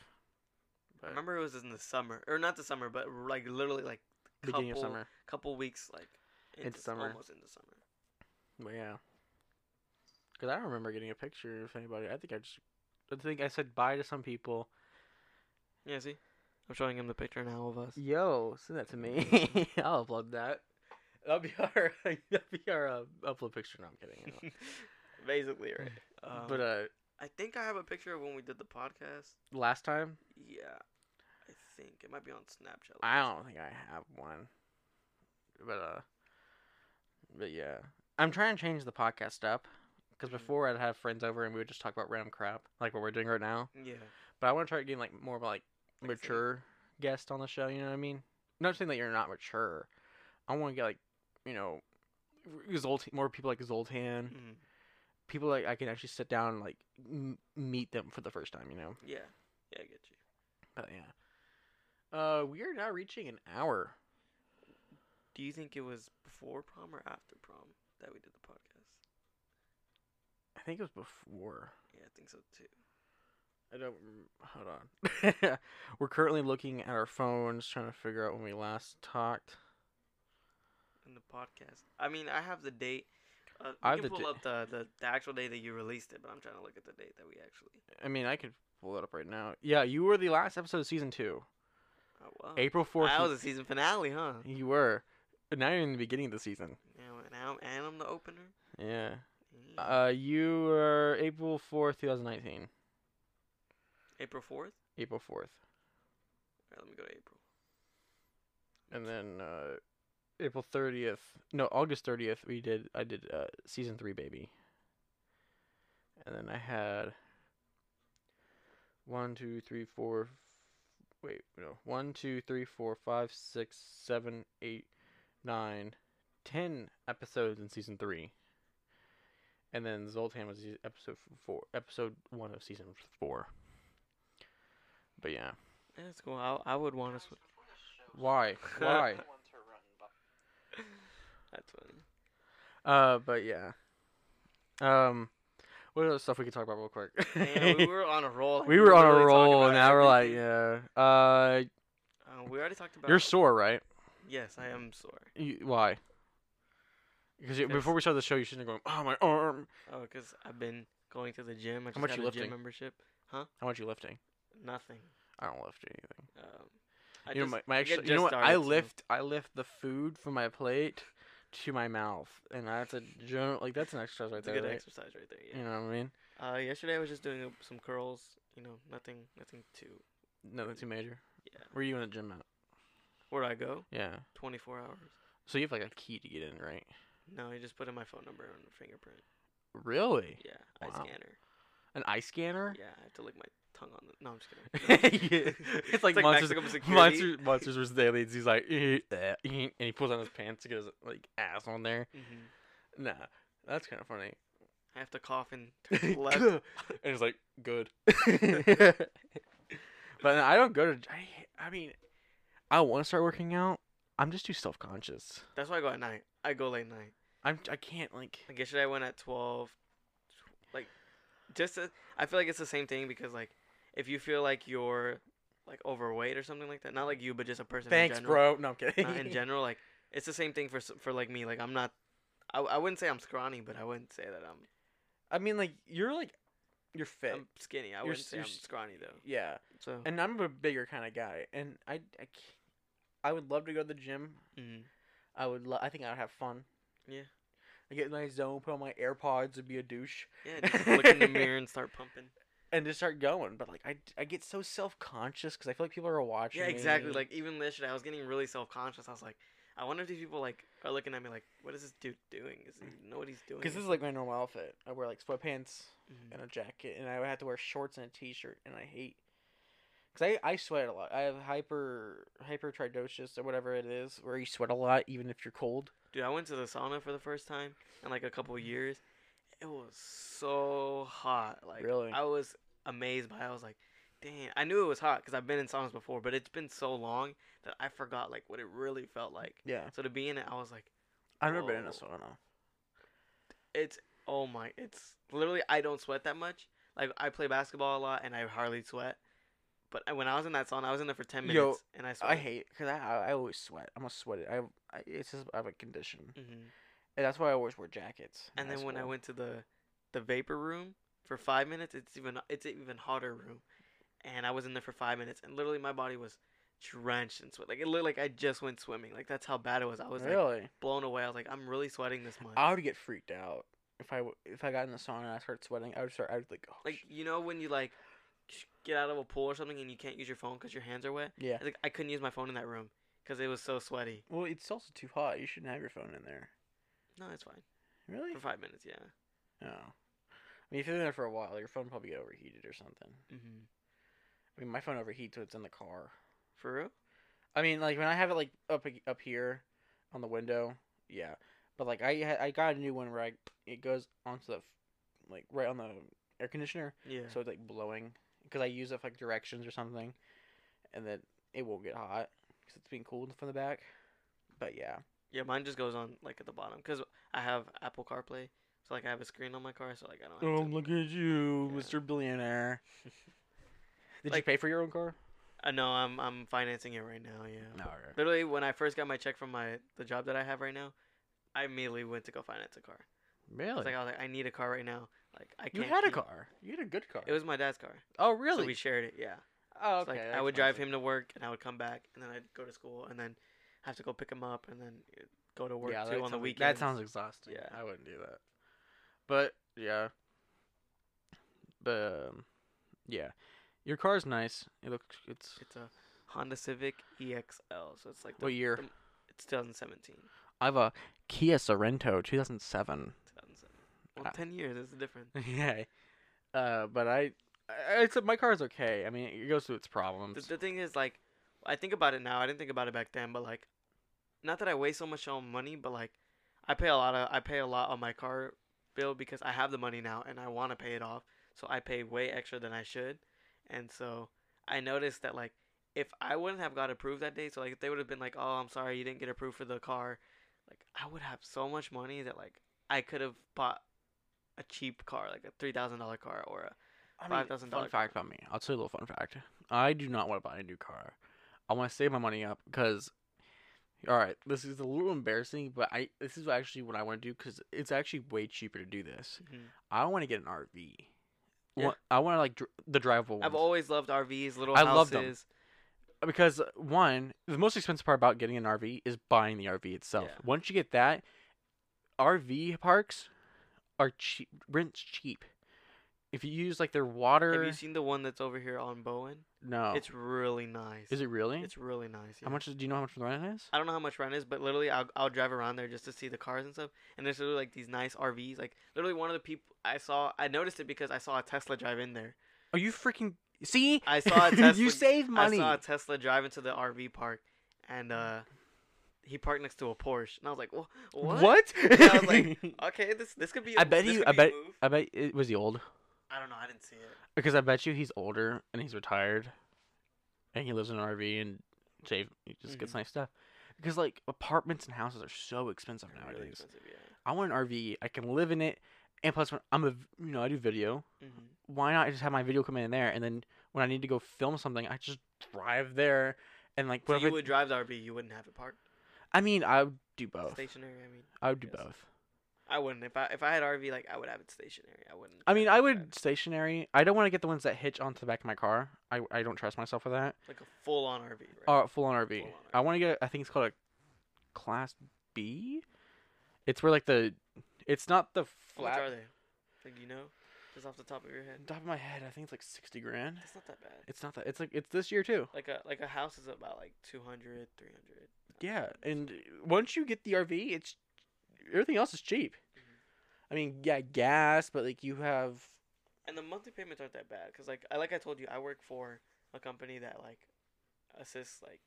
Speaker 2: I
Speaker 1: But
Speaker 2: remember it was in the summer, or not the summer, but like literally like
Speaker 1: beginning
Speaker 2: couple-
Speaker 1: of summer.
Speaker 2: couple weeks like
Speaker 1: It's
Speaker 2: into s-
Speaker 1: summer.
Speaker 2: almost into summer.
Speaker 1: But yeah, because I don't remember getting a picture of anybody. I think I just I think I said bye to some people.
Speaker 2: Yeah, see, I'm showing him the picture now of us.
Speaker 1: Yo, send that to (laughs) me. I'll upload that. That'll be (laughs) our that'll be our uh, upload picture. No, I'm kidding.
Speaker 2: (laughs)
Speaker 1: I don't.
Speaker 2: Basically, right.
Speaker 1: (laughs)
Speaker 2: Um,
Speaker 1: but uh,
Speaker 2: I think I have a picture of when we did the podcast.
Speaker 1: last time
Speaker 2: Yeah, I think it might be on Snapchat.
Speaker 1: I don't think I have one. But uh but yeah. I'm trying to change the podcast up cuz
Speaker 2: Mhm.
Speaker 1: before I'd have friends over and we would just talk about random crap like what we're doing right now.
Speaker 2: Yeah,
Speaker 1: But I want to try getting like more of like
Speaker 2: Like I said.
Speaker 1: mature guests on the show, you know what I mean? Not saying that you're not mature. I want to get like, you know, Zoltan, more people like Zoltan
Speaker 2: mm
Speaker 1: people like I can actually sit down and like m- meet them for the first time, you know.
Speaker 2: Yeah. Yeah, I get you.
Speaker 1: But yeah. Uh, we are now reaching an hour.
Speaker 2: Do you think it was before prom or after prom that we did the podcast?
Speaker 1: I think it was before.
Speaker 2: Yeah, I think so too.
Speaker 1: I don't. rem- Hold on. (laughs) We're currently looking at our phones, trying to figure out when we last talked.
Speaker 2: In the podcast. I mean, I have the date. Uh,
Speaker 1: I
Speaker 2: I
Speaker 1: have
Speaker 2: can
Speaker 1: the
Speaker 2: pull
Speaker 1: da-
Speaker 2: up the, the, the actual day that you released it, but I'm trying to look at the date that we actually.
Speaker 1: I mean, I could pull that up right now. Yeah, you were the last episode of season two,
Speaker 2: Oh wow.
Speaker 1: April fourth.
Speaker 2: That was a season finale, huh?
Speaker 1: You were. And Now you're in the beginning of the season.
Speaker 2: Now, now and I'm the opener.
Speaker 1: Yeah.
Speaker 2: Mm.
Speaker 1: Uh, you were April fourth, two thousand nineteen.
Speaker 2: April fourth.
Speaker 1: April fourth,
Speaker 2: All right, let me go to April.
Speaker 1: and then uh, April thirtieth. No, August thirtieth. We did. I did uh, season three, baby. And then I had one, two, three, four. f- Wait, no. One, two, three, four, five, six, seven, eight, nine, ten episodes in season three. And then Zoltan was the episode f- four, episode one of season four. But yeah,
Speaker 2: Yeah, that's cool. I, I would want to. Sw-
Speaker 1: why? Why?
Speaker 2: that's funny.
Speaker 1: Uh, but yeah. Um, what other stuff we could talk about real quick? (laughs)
Speaker 2: Damn, we were on a roll. like,
Speaker 1: we were on
Speaker 2: literally
Speaker 1: a
Speaker 2: talking
Speaker 1: roll,
Speaker 2: about
Speaker 1: and now we're like,
Speaker 2: everything.
Speaker 1: yeah. Uh,
Speaker 2: Uh, we already talked about.
Speaker 1: you're sore, right?
Speaker 2: Yes, I am sore.
Speaker 1: You, why? Because before we started the show, you shouldn't have gone. Oh, my arm.
Speaker 2: Oh, because I've been going to the gym. I just
Speaker 1: much
Speaker 2: got
Speaker 1: you
Speaker 2: a
Speaker 1: lifting?
Speaker 2: gym membership.
Speaker 1: How much you lifting?
Speaker 2: Nothing.
Speaker 1: I don't lift anything.
Speaker 2: Um, I
Speaker 1: you
Speaker 2: just,
Speaker 1: know, my, my
Speaker 2: I
Speaker 1: extra,
Speaker 2: get
Speaker 1: you know
Speaker 2: just
Speaker 1: what? I
Speaker 2: started, so-
Speaker 1: lift. I lift the food from my plate to my mouth, and that's a general, like that's an exercise right
Speaker 2: It's a
Speaker 1: there.
Speaker 2: good
Speaker 1: Right?
Speaker 2: exercise right there.
Speaker 1: You
Speaker 2: Yeah.
Speaker 1: know what I mean?
Speaker 2: Uh, yesterday I was just doing uh, some curls. You know, nothing, nothing too.
Speaker 1: Nothing too major.
Speaker 2: Yeah.
Speaker 1: Where you in the gym at?
Speaker 2: Where do I go?
Speaker 1: Yeah.
Speaker 2: 24 hours.
Speaker 1: So you have like a key to get in, right?
Speaker 2: No, I just put in my phone number and fingerprint.
Speaker 1: Really?
Speaker 2: Yeah, eye
Speaker 1: Wow.
Speaker 2: scanner.
Speaker 1: An eye scanner?
Speaker 2: Yeah, I have to lick my tongue on the. No, I'm
Speaker 1: (laughs)
Speaker 2: just
Speaker 1: Yeah.
Speaker 2: kidding. (laughs)
Speaker 1: It's like, monsters. (laughs)
Speaker 2: Mexican security.
Speaker 1: Monsters, monsters vs. aliens. He's like, "Eh, eh, eh," and he pulls down his pants to get his like ass on there.
Speaker 2: Mhm.
Speaker 1: Nah, that's kind of funny.
Speaker 2: I have to cough and turn
Speaker 1: (laughs)
Speaker 2: left.
Speaker 1: and it's like, good. (laughs) but no, I don't go to. I, I mean, I want to start working out. I'm just too self conscious.
Speaker 2: That's why I go at night. I go late night.
Speaker 1: I'm. I can't like.
Speaker 2: Like yesterday, I went at twelve. tw- Like, just a- I feel like it's the same thing because like, if you feel like you're like overweight or something like that, not like you, but just a person.
Speaker 1: Thanks,
Speaker 2: in general,
Speaker 1: bro. No, I'm kidding. (laughs)
Speaker 2: uh, in general, like it's the same thing for s- for like me. Like I'm not. I, I wouldn't say I'm scrawny, but I wouldn't say that I'm
Speaker 1: I mean, like you're like, you're fit.
Speaker 2: I'm skinny. I
Speaker 1: You're
Speaker 2: wouldn't
Speaker 1: s-
Speaker 2: say
Speaker 1: you're
Speaker 2: I'm
Speaker 1: s-
Speaker 2: scrawny though.
Speaker 1: yeah.
Speaker 2: So
Speaker 1: and I'm a bigger kind of guy, and I, I, c- I would love to go to the gym.
Speaker 2: mm,
Speaker 1: I would, lo- I think I would have fun.
Speaker 2: Yeah.
Speaker 1: I get in my zone, put on my AirPods, and be a douche, (laughs)
Speaker 2: yeah, just look in the mirror and start pumping.
Speaker 1: and just start going. But like, I, I get so self conscious because I feel like people are watching.
Speaker 2: Yeah, exactly.
Speaker 1: me.
Speaker 2: Like even yesterday, I was getting really self conscious. I was like, I wonder if these people like are looking at me like, what is this dude doing? Does he know what he's doing?
Speaker 1: because this is like my normal outfit. I wear like sweatpants
Speaker 2: Mhm.
Speaker 1: and a jacket, and I would have to wear shorts and a t-shirt, and I hate. Because I, I sweat a lot. I have hyper hypertrichosis or whatever it is, where you sweat a lot even if you're cold.
Speaker 2: Dude, I went to the sauna for the first time in like a couple years. It was so hot. Like
Speaker 1: Really?
Speaker 2: I was amazed by. It. I was like, "Dang!" I knew it was hot because I've been in saunas before, but it's been so long that I forgot like what it really felt like.
Speaker 1: Yeah,
Speaker 2: So to be in it, I was like,
Speaker 1: I've never been in a
Speaker 2: Whoa.
Speaker 1: sauna.
Speaker 2: "It's oh my!" It's literally I don't sweat that much. Like I play basketball a lot and I hardly sweat. But I- when I was in that sauna, I was in there for ten
Speaker 1: Yo,
Speaker 2: minutes and I sweat.
Speaker 1: I hate because I, I I always sweat. I'm a sweaty. I, I it's just I have a condition,
Speaker 2: hmm
Speaker 1: and that's why I always wear jackets. in
Speaker 2: And
Speaker 1: high
Speaker 2: then when I
Speaker 1: school.
Speaker 2: went to the the vapor room for five minutes, it's even it's an even hotter room, and I was in there for five minutes, and literally my body was drenched in sweat. Like it looked like I just went swimming. Like that's how bad it was. I was like
Speaker 1: really,
Speaker 2: blown away. I was like, I'm really sweating this much.
Speaker 1: I would get freaked out if I w- if I got in the sauna and I started sweating. I would start. I would like, oh,
Speaker 2: like
Speaker 1: sh-
Speaker 2: you know when you like get out of a pool or something and you can't use your phone because your hands are wet.
Speaker 1: yeah.
Speaker 2: It's Like I couldn't use my phone in that room because it was so sweaty.
Speaker 1: Well, it's also too hot. You shouldn't have your phone in there.
Speaker 2: No, it's fine
Speaker 1: Really?
Speaker 2: for five minutes. Yeah.
Speaker 1: No. I mean, if you're in there for a while, your phone probably get overheated or something.
Speaker 2: Mm-hmm.
Speaker 1: I mean, my phone overheats when it's in the car.
Speaker 2: For real?
Speaker 1: I mean, like when I have it like up ag- up here on the window, yeah. But like I ha- I got a new one where I it goes onto the f- like right on the air conditioner,
Speaker 2: Yeah.
Speaker 1: so it's like blowing. Because I use it for like directions or something, and then it won't get hot because it's being cooled from the back. But yeah,
Speaker 2: yeah, mine just goes on like at the bottom because I have Apple CarPlay, so like I have a screen on my car, so like I don't. Have
Speaker 1: Oh,
Speaker 2: to.
Speaker 1: look at you,
Speaker 2: Yeah.
Speaker 1: Mr. (laughs) Billionaire. Did you
Speaker 2: Like-
Speaker 1: pay for your own car?
Speaker 2: I know I'm I'm financing it right now. Yeah.
Speaker 1: right.
Speaker 2: Literally, when I first got my check from my the job that I have right now, I immediately went to go finance a car.
Speaker 1: Really?
Speaker 2: It's like I was like, I need a car right now. Like I can't.
Speaker 1: you had a
Speaker 2: keep-
Speaker 1: car. You had a good car.
Speaker 2: It was my dad's car.
Speaker 1: oh,
Speaker 2: So
Speaker 1: really?
Speaker 2: we shared it. Yeah.
Speaker 1: oh,
Speaker 2: It's
Speaker 1: okay.
Speaker 2: like
Speaker 1: that
Speaker 2: I would
Speaker 1: explains
Speaker 2: drive
Speaker 1: it.
Speaker 2: him to work, and I would come back, and then I'd go to school, and then have to go pick him up, and then uh, go to work
Speaker 1: yeah, that
Speaker 2: too on the
Speaker 1: sounds-
Speaker 2: weekend.
Speaker 1: That sounds exhausting.
Speaker 2: Yeah.
Speaker 1: I wouldn't do that. But yeah. But um, yeah, your car's nice. It looks. It's
Speaker 2: It's a Honda Civic EXL, so it's like the,
Speaker 1: what year?
Speaker 2: the- it's 2017.
Speaker 1: I have a Kia Sorento, 2007.
Speaker 2: 2007. Well,
Speaker 1: Ah.
Speaker 2: 10 years is the difference.
Speaker 1: yeah. Uh, but I, I it's my car's okay. I mean, it goes through its problems.
Speaker 2: The, the thing is, like, I think about it now. I didn't think about it back then, but like, not that I waste so much on money, but like, I pay a lot of I pay a lot on my car bill because I have the money now and I want to pay it off. So I pay way extra than I should, and so I noticed that like, if I wouldn't have got approved that day, so like if they would have been like, oh, I'm sorry, you didn't get approved for the car, like I would have so much money that like I could have bought a cheap car, like a three thousand dollar car or a
Speaker 1: I mean,
Speaker 2: $5,000
Speaker 1: Fun fact about me. I'll tell you a little fun fact. I do not want to buy a new car. I want to save my money up because, all right, this is a little embarrassing, but I this is actually what I want to do because it's actually way cheaper to do this. I want to get an RV.
Speaker 2: Yeah.
Speaker 1: What- I want to like dr- the drivable ones
Speaker 2: I've always loved RVs, little
Speaker 1: I
Speaker 2: houses.
Speaker 1: love them. because uh, one, the most expensive part about getting an RV is buying the RV itself.
Speaker 2: Yeah.
Speaker 1: Once you get that, RV parks are cheap. Rent's cheap. If you use like their water,
Speaker 2: Have you seen the one that's over here on Bowen?
Speaker 1: no,
Speaker 2: It's really nice.
Speaker 1: Oh. Is it really?
Speaker 2: It's really nice.
Speaker 1: How
Speaker 2: yeah.
Speaker 1: much is- do you know? How much the rent is?
Speaker 2: I don't know how much rent is, but literally, I'll, I'll drive around there just to see the cars and stuff. And there's literally like these nice RVs. Like literally, one of the people I saw, I noticed it because I saw a Tesla drive in there.
Speaker 1: Are (laughs) you freaking see?
Speaker 2: I saw a Tesla.
Speaker 1: you save money.
Speaker 2: I saw a Tesla drive into the RV park, and uh, he parked next to a Porsche, and I was like, "Wha- what? Yeah, I was like- Okay, this this could be. a-
Speaker 1: I bet he-
Speaker 2: this could
Speaker 1: I
Speaker 2: be a
Speaker 1: bet-
Speaker 2: move."
Speaker 1: (laughs) I bet it was he old
Speaker 2: I don't know. I didn't see it.
Speaker 1: because I bet you he's older and he's retired, and he lives in an RV and save he just
Speaker 2: Mm-hmm.
Speaker 1: gets nice stuff. Because like apartments and houses are so expensive
Speaker 2: They're
Speaker 1: nowadays.
Speaker 2: Really expensive, yeah.
Speaker 1: I want an RV. I can live in it, and plus when I'm a v- you know I do video.
Speaker 2: Mhm.
Speaker 1: why not just have my video come in there and then when I need to go film something, I just drive there and like
Speaker 2: So
Speaker 1: whatever.
Speaker 2: you would drive the RV. You wouldn't have it parked
Speaker 1: I mean, I would do both.
Speaker 2: stationary. I mean.
Speaker 1: I would do
Speaker 2: yes.
Speaker 1: both.
Speaker 2: I wouldn't. If I if I had RV, like I would have it stationary. I wouldn't.
Speaker 1: I
Speaker 2: drive
Speaker 1: mean,
Speaker 2: it
Speaker 1: I
Speaker 2: back.
Speaker 1: would stationary. I don't want to get the ones that hitch onto the back of my car. I, I don't trust myself with that.
Speaker 2: like a full on RV. Right?
Speaker 1: Uh, full on RV.
Speaker 2: Full on
Speaker 1: I want to get. I think it's called a class B. It's where like the, it's not the
Speaker 2: How much are
Speaker 1: flat.
Speaker 2: they? Like you know, just off the top of your head,
Speaker 1: Top of my head, I think it's like sixty grand.
Speaker 2: that's not that bad.
Speaker 1: It's not that. It's like it's this year too.
Speaker 2: Like a like a house is about like 200, 300.
Speaker 1: Yeah, and once you get the RV, it's everything else is cheap.
Speaker 2: Mhm.
Speaker 1: I mean, yeah, gas, but like you have
Speaker 2: And the monthly payments aren't that bad because like I like I told you, I work for a company that like assists like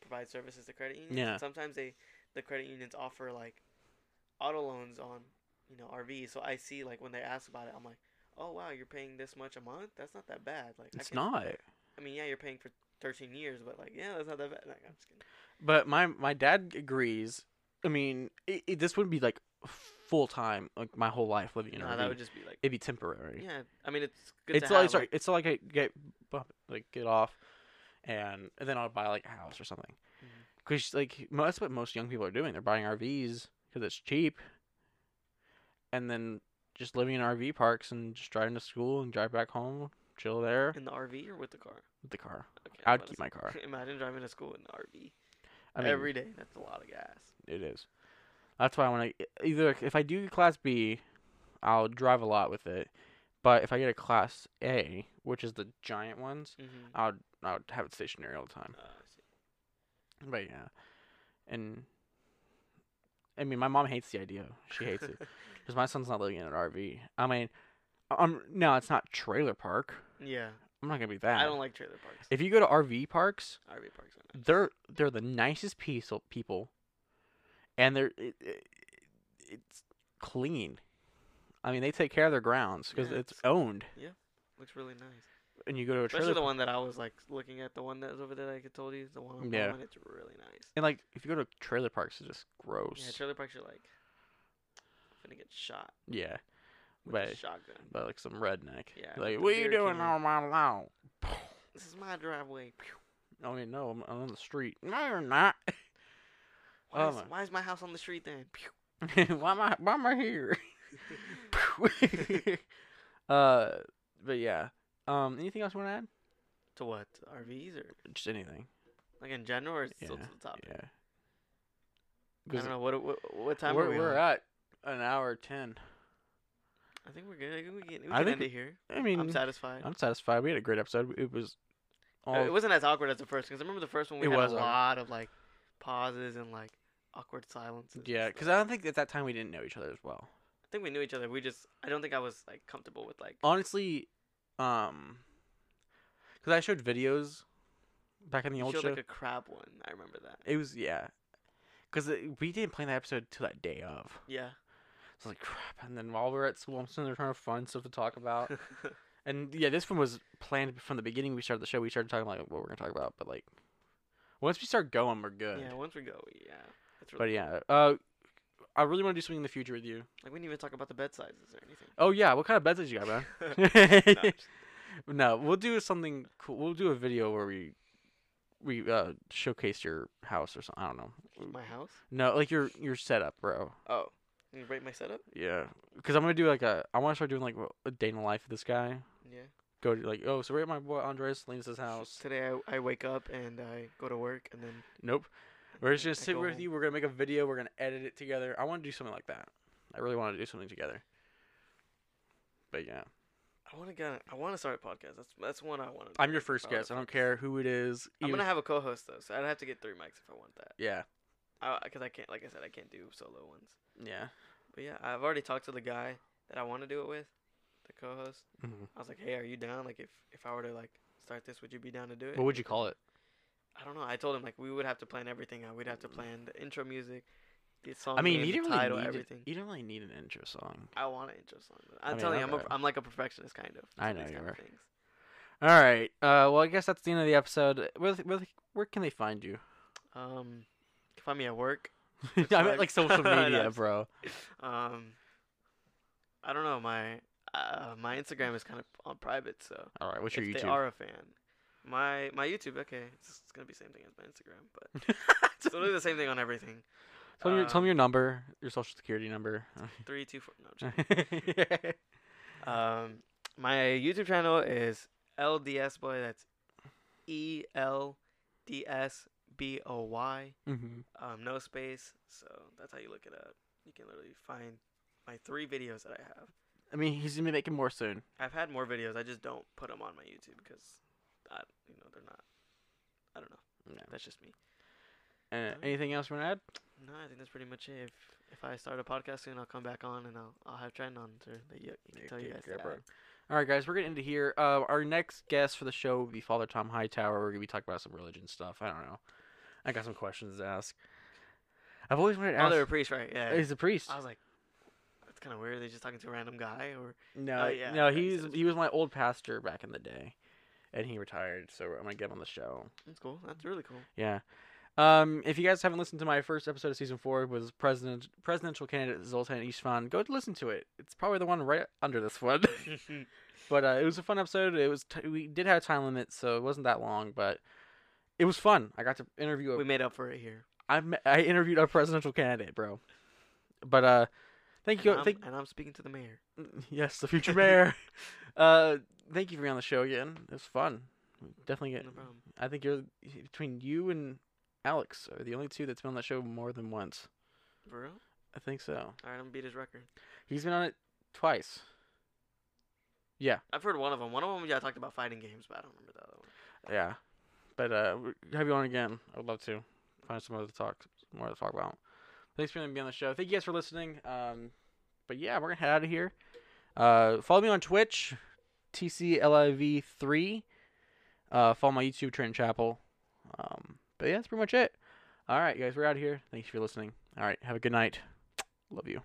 Speaker 2: provides services to credit unions.
Speaker 1: Yeah.
Speaker 2: and sometimes they the credit unions offer like auto loans on you know RVs. So I see like when they ask about it, I'm like, oh wow, you're paying this much a month. That's not that bad. Like I
Speaker 1: it's
Speaker 2: can-
Speaker 1: not.
Speaker 2: I mean, yeah, you're paying for 13 years, but like, yeah, that's not that bad. Like, I'm just kidding.
Speaker 1: But my my dad agrees. I mean, it, it, this would be like full time, like my whole life living in an
Speaker 2: no,
Speaker 1: RV.
Speaker 2: that would just be like,
Speaker 1: It'd be temporary.
Speaker 2: yeah. I mean, it's good
Speaker 1: it's
Speaker 2: to
Speaker 1: like
Speaker 2: have.
Speaker 1: sorry,
Speaker 2: like-
Speaker 1: it's like I get bump- like get off, and, and then I'll buy like a house or something.
Speaker 2: Mhm.
Speaker 1: Because like mo- that's what most young people are doing. They're buying RVs because it's cheap, and then just living in RV parks and just driving to school and drive back home, chill there
Speaker 2: in the RV or with the car.
Speaker 1: with the car.
Speaker 2: Okay,
Speaker 1: I
Speaker 2: I'm
Speaker 1: would
Speaker 2: about
Speaker 1: keep
Speaker 2: to
Speaker 1: my car.
Speaker 2: say- (laughs) Imagine driving to school in the RV (laughs)
Speaker 1: I mean,
Speaker 2: every day. That's a lot of gas.
Speaker 1: it is. That's why I want to either if I do class B, I'll drive a lot with it, but if I get a class A, which is the giant ones,
Speaker 2: Mm-hmm.
Speaker 1: I'll I'll have it stationary all the time.
Speaker 2: Uh, I see.
Speaker 1: But yeah, and I mean, my mom hates the idea. She hates it because my son's not living in an RV. I mean, I- I'm no, it's not trailer park.
Speaker 2: (laughs) yeah,
Speaker 1: I'm not gonna be that.
Speaker 2: I don't like trailer parks.
Speaker 1: If you go to RV parks,
Speaker 2: RV parks are nice.
Speaker 1: they're they're the nicest people people, and they're it, it, it's clean. I mean, they take care of their grounds because
Speaker 2: Yeah,
Speaker 1: it's
Speaker 2: it's-
Speaker 1: owned,
Speaker 2: Looks really nice.
Speaker 1: and you go to a
Speaker 2: Especially
Speaker 1: trailer,
Speaker 2: the one that I was like looking at, the one that was over there that I could told you, the one on
Speaker 1: Yeah.
Speaker 2: yeah. it's really nice.
Speaker 1: and like if you go to trailer parks, it's just gross.
Speaker 2: Yeah, trailer parks are like, I'm gonna get shot
Speaker 1: Yeah,
Speaker 2: with a
Speaker 1: But-
Speaker 2: shotgun.
Speaker 1: by like some redneck.
Speaker 2: Yeah, with
Speaker 1: like
Speaker 2: the
Speaker 1: what you
Speaker 2: beer
Speaker 1: doing
Speaker 2: can.
Speaker 1: all my lawn?
Speaker 2: This is my driveway.
Speaker 1: Oh, you know, I'm, I'm on the street. No, you're not. (laughs)
Speaker 2: Why,
Speaker 1: Oh
Speaker 2: is,
Speaker 1: my-
Speaker 2: why is my house on the street then?
Speaker 1: why am I? Why am I
Speaker 2: (laughs)
Speaker 1: here? (laughs) uh, but yeah. Um, anything else you want to add?
Speaker 2: To what? RVs or
Speaker 1: Just anything.
Speaker 2: like in general, or still to
Speaker 1: Yeah,
Speaker 2: the topic?
Speaker 1: Yeah.
Speaker 2: I don't know what what, what time
Speaker 1: we're,
Speaker 2: are we
Speaker 1: we're
Speaker 2: on?
Speaker 1: at an hour ten.
Speaker 2: I think we're good. I think we can, we
Speaker 1: I
Speaker 2: can
Speaker 1: think
Speaker 2: end it here.
Speaker 1: I mean,
Speaker 2: I'm satisfied.
Speaker 1: I'm satisfied. We had a great episode. It was all
Speaker 2: Uh, it wasn't as awkward as the first because I remember the first one we
Speaker 1: It
Speaker 2: had
Speaker 1: was
Speaker 2: a
Speaker 1: awkward.
Speaker 2: lot of like pauses and like awkward silences. and
Speaker 1: yeah,
Speaker 2: stuff.
Speaker 1: because I don't think at that time we didn't know each other as well.
Speaker 2: I think we knew each other. We just I don't think I was like comfortable with like
Speaker 1: Honestly, um, because I showed videos back in the
Speaker 2: you
Speaker 1: old
Speaker 2: showed
Speaker 1: show.
Speaker 2: like a crab one. I remember that.
Speaker 1: it was yeah, because we didn't plan that episode till that day of.
Speaker 2: Yeah.
Speaker 1: So I was like crap, and then while we were at school, I'm sitting there trying to find stuff to talk
Speaker 2: (laughs)
Speaker 1: about. And yeah, this one was planned from the beginning. We started the show. We started talking like what we're gonna talk about, but like once we start going, we're good.
Speaker 2: yeah. Once we go, yeah. That's
Speaker 1: But
Speaker 2: really,
Speaker 1: yeah, uh, I really want to do something in the future with you.
Speaker 2: like we didn't even talk about the bed sizes or
Speaker 1: (laughs)
Speaker 2: anything. (laughs)
Speaker 1: Oh yeah, what kind of beds did you got, man?
Speaker 2: No, I'm just-
Speaker 1: no, we'll do something cool. We'll do a video where we we uh showcase your house or something. I don't know. (laughs)
Speaker 2: my house.
Speaker 1: No, like your your setup, bro.
Speaker 2: Oh, you rate my setup?
Speaker 1: Yeah, because I'm gonna do like a. I want to start doing like a day in the life of this guy.
Speaker 2: Yeah.
Speaker 1: Go to like oh, so we're at my boy Andres Linus' house.
Speaker 2: Today I, I wake up and I go to work and then
Speaker 1: Nope. We're just gonna
Speaker 2: I
Speaker 1: sit
Speaker 2: go
Speaker 1: with
Speaker 2: home.
Speaker 1: you. We're gonna make a video. We're gonna edit it together. I want to do something like that. I really want to do something together. But yeah,
Speaker 2: I want to get I want to start a podcast. That's that's one I want.
Speaker 1: I'm your first guest. I don't care who it is.
Speaker 2: Oh, I'm
Speaker 1: even
Speaker 2: gonna
Speaker 1: if-
Speaker 2: have a co-host though, so I'd have to get three mics if I want that.
Speaker 1: yeah,
Speaker 2: I because I can't like I said I can't do solo ones.
Speaker 1: yeah.
Speaker 2: But yeah, I've already talked to the guy that I want to do it with, the co-host.
Speaker 1: Mhm.
Speaker 2: I was like, hey, are you down? Like if if I were to like start this, would you be down to do it?
Speaker 1: What would you call it?
Speaker 2: I don't know. I told him like we would have to plan everything out. We'd have to plan the intro music, the song
Speaker 1: I mean,
Speaker 2: name,
Speaker 1: you
Speaker 2: the
Speaker 1: didn't
Speaker 2: title,
Speaker 1: really need
Speaker 2: everything.
Speaker 1: It, you didn't really need an intro song.
Speaker 2: I want an intro song.
Speaker 1: I
Speaker 2: I'm
Speaker 1: mean,
Speaker 2: telling you, I'm a,
Speaker 1: okay.
Speaker 2: I'm like a perfectionist kind of.
Speaker 1: I
Speaker 2: with
Speaker 1: know
Speaker 2: these
Speaker 1: you
Speaker 2: kind of
Speaker 1: are.
Speaker 2: things.
Speaker 1: All right. Uh, well, I guess that's the end of the episode. Where where, where can they find
Speaker 2: (laughs)
Speaker 1: you?
Speaker 2: Um, you can find me at work.
Speaker 1: (laughs) I meant
Speaker 2: like-
Speaker 1: like social
Speaker 2: (laughs) No,
Speaker 1: media,
Speaker 2: it's-
Speaker 1: bro.
Speaker 2: Um, I don't know my uh, my Instagram is kind of on private, so
Speaker 1: All right. What's your
Speaker 2: if
Speaker 1: YouTube?
Speaker 2: they are a fan, my my YouTube. Okay, it's, it's gonna be same thing as my Instagram, but
Speaker 1: (laughs)
Speaker 2: (laughs) it's literally the same thing on everything.
Speaker 1: tell me your, tell me
Speaker 2: Um,
Speaker 1: your number, your social security
Speaker 2: (laughs)
Speaker 1: number. (laughs)
Speaker 2: Three, two, four. No, I'm Mm-hmm.
Speaker 1: All
Speaker 2: joking. um, my YouTube channel is LDS Boy. That's E L D S B O Y. um, no space. So that's how you look it up. You can literally find my three videos that I have.
Speaker 1: I mean, he's gonna be making more soon.
Speaker 2: I've had more videos. I just don't put them on my YouTube because, I, you know, they're not. I don't know.
Speaker 1: No.
Speaker 2: That's just me.
Speaker 1: Uh,
Speaker 2: Alright.
Speaker 1: anything else you want to add?
Speaker 2: No, I think that's pretty much it. If if I start a podcast soon, I'll come back on and I'll I'll have Trent on to that you, you can tell you guys. to add.
Speaker 1: All right, guys, we're getting into here. Uh, our next guest for the show will be Father Tom Hightower. We're gonna be talking about some religion stuff. I don't know. I got some questions to ask. I've always wanted to
Speaker 2: Oh,
Speaker 1: ask.
Speaker 2: they're a priest, right? Yeah.
Speaker 1: He's a priest.
Speaker 2: I was like, that's kind of weird. They're just talking to a random guy, or
Speaker 1: No,
Speaker 2: Oh, yeah,
Speaker 1: no,
Speaker 2: okay,
Speaker 1: he's
Speaker 2: so it's-
Speaker 1: he was my old pastor back in the day, and he retired. So I'm gonna get him on the show.
Speaker 2: that's cool. That's really cool. (laughs)
Speaker 1: Yeah. Um, if you guys haven't listened to my first episode of season four, it was president presidential candidate Zoltan Ishvan, go listen to it. It's probably the one right under this one. (laughs) but uh, it was a fun episode. It was t- we did have a time limit, so it wasn't that long, but it was fun. I got to interview a
Speaker 2: we made up for it here.
Speaker 1: I me- I interviewed a presidential candidate, bro. But uh, thank
Speaker 2: And
Speaker 1: you.
Speaker 2: I'm-
Speaker 1: Thank
Speaker 2: and I'm speaking to the mayor.
Speaker 1: (laughs) yes, the future mayor. (laughs) uh, thank you for being on the show again. It was fun. Definitely get.
Speaker 2: No problem.
Speaker 1: I think you're between you and Alex are the only two that's been on that show more than once.
Speaker 2: For real?
Speaker 1: I think so.
Speaker 2: All right, I'm gonna beat his record.
Speaker 1: He's been on it twice.
Speaker 2: I've heard one of them. One of them, yeah, I talked about fighting games, but I don't remember the other one.
Speaker 1: Yeah, but uh, w- have you on again? I would love to find some other talk, more to talk about. Thanks for being on the show. Thank you guys for listening. Um, but yeah, we're gonna head out of here. Uh, follow me on Twitch, tcliv3. Uh, follow my YouTube, Trent Chapel. Um, but yeah, that's pretty much it. All right, guys, we're out of here. Thanks for listening. All right, have a good night. Love you.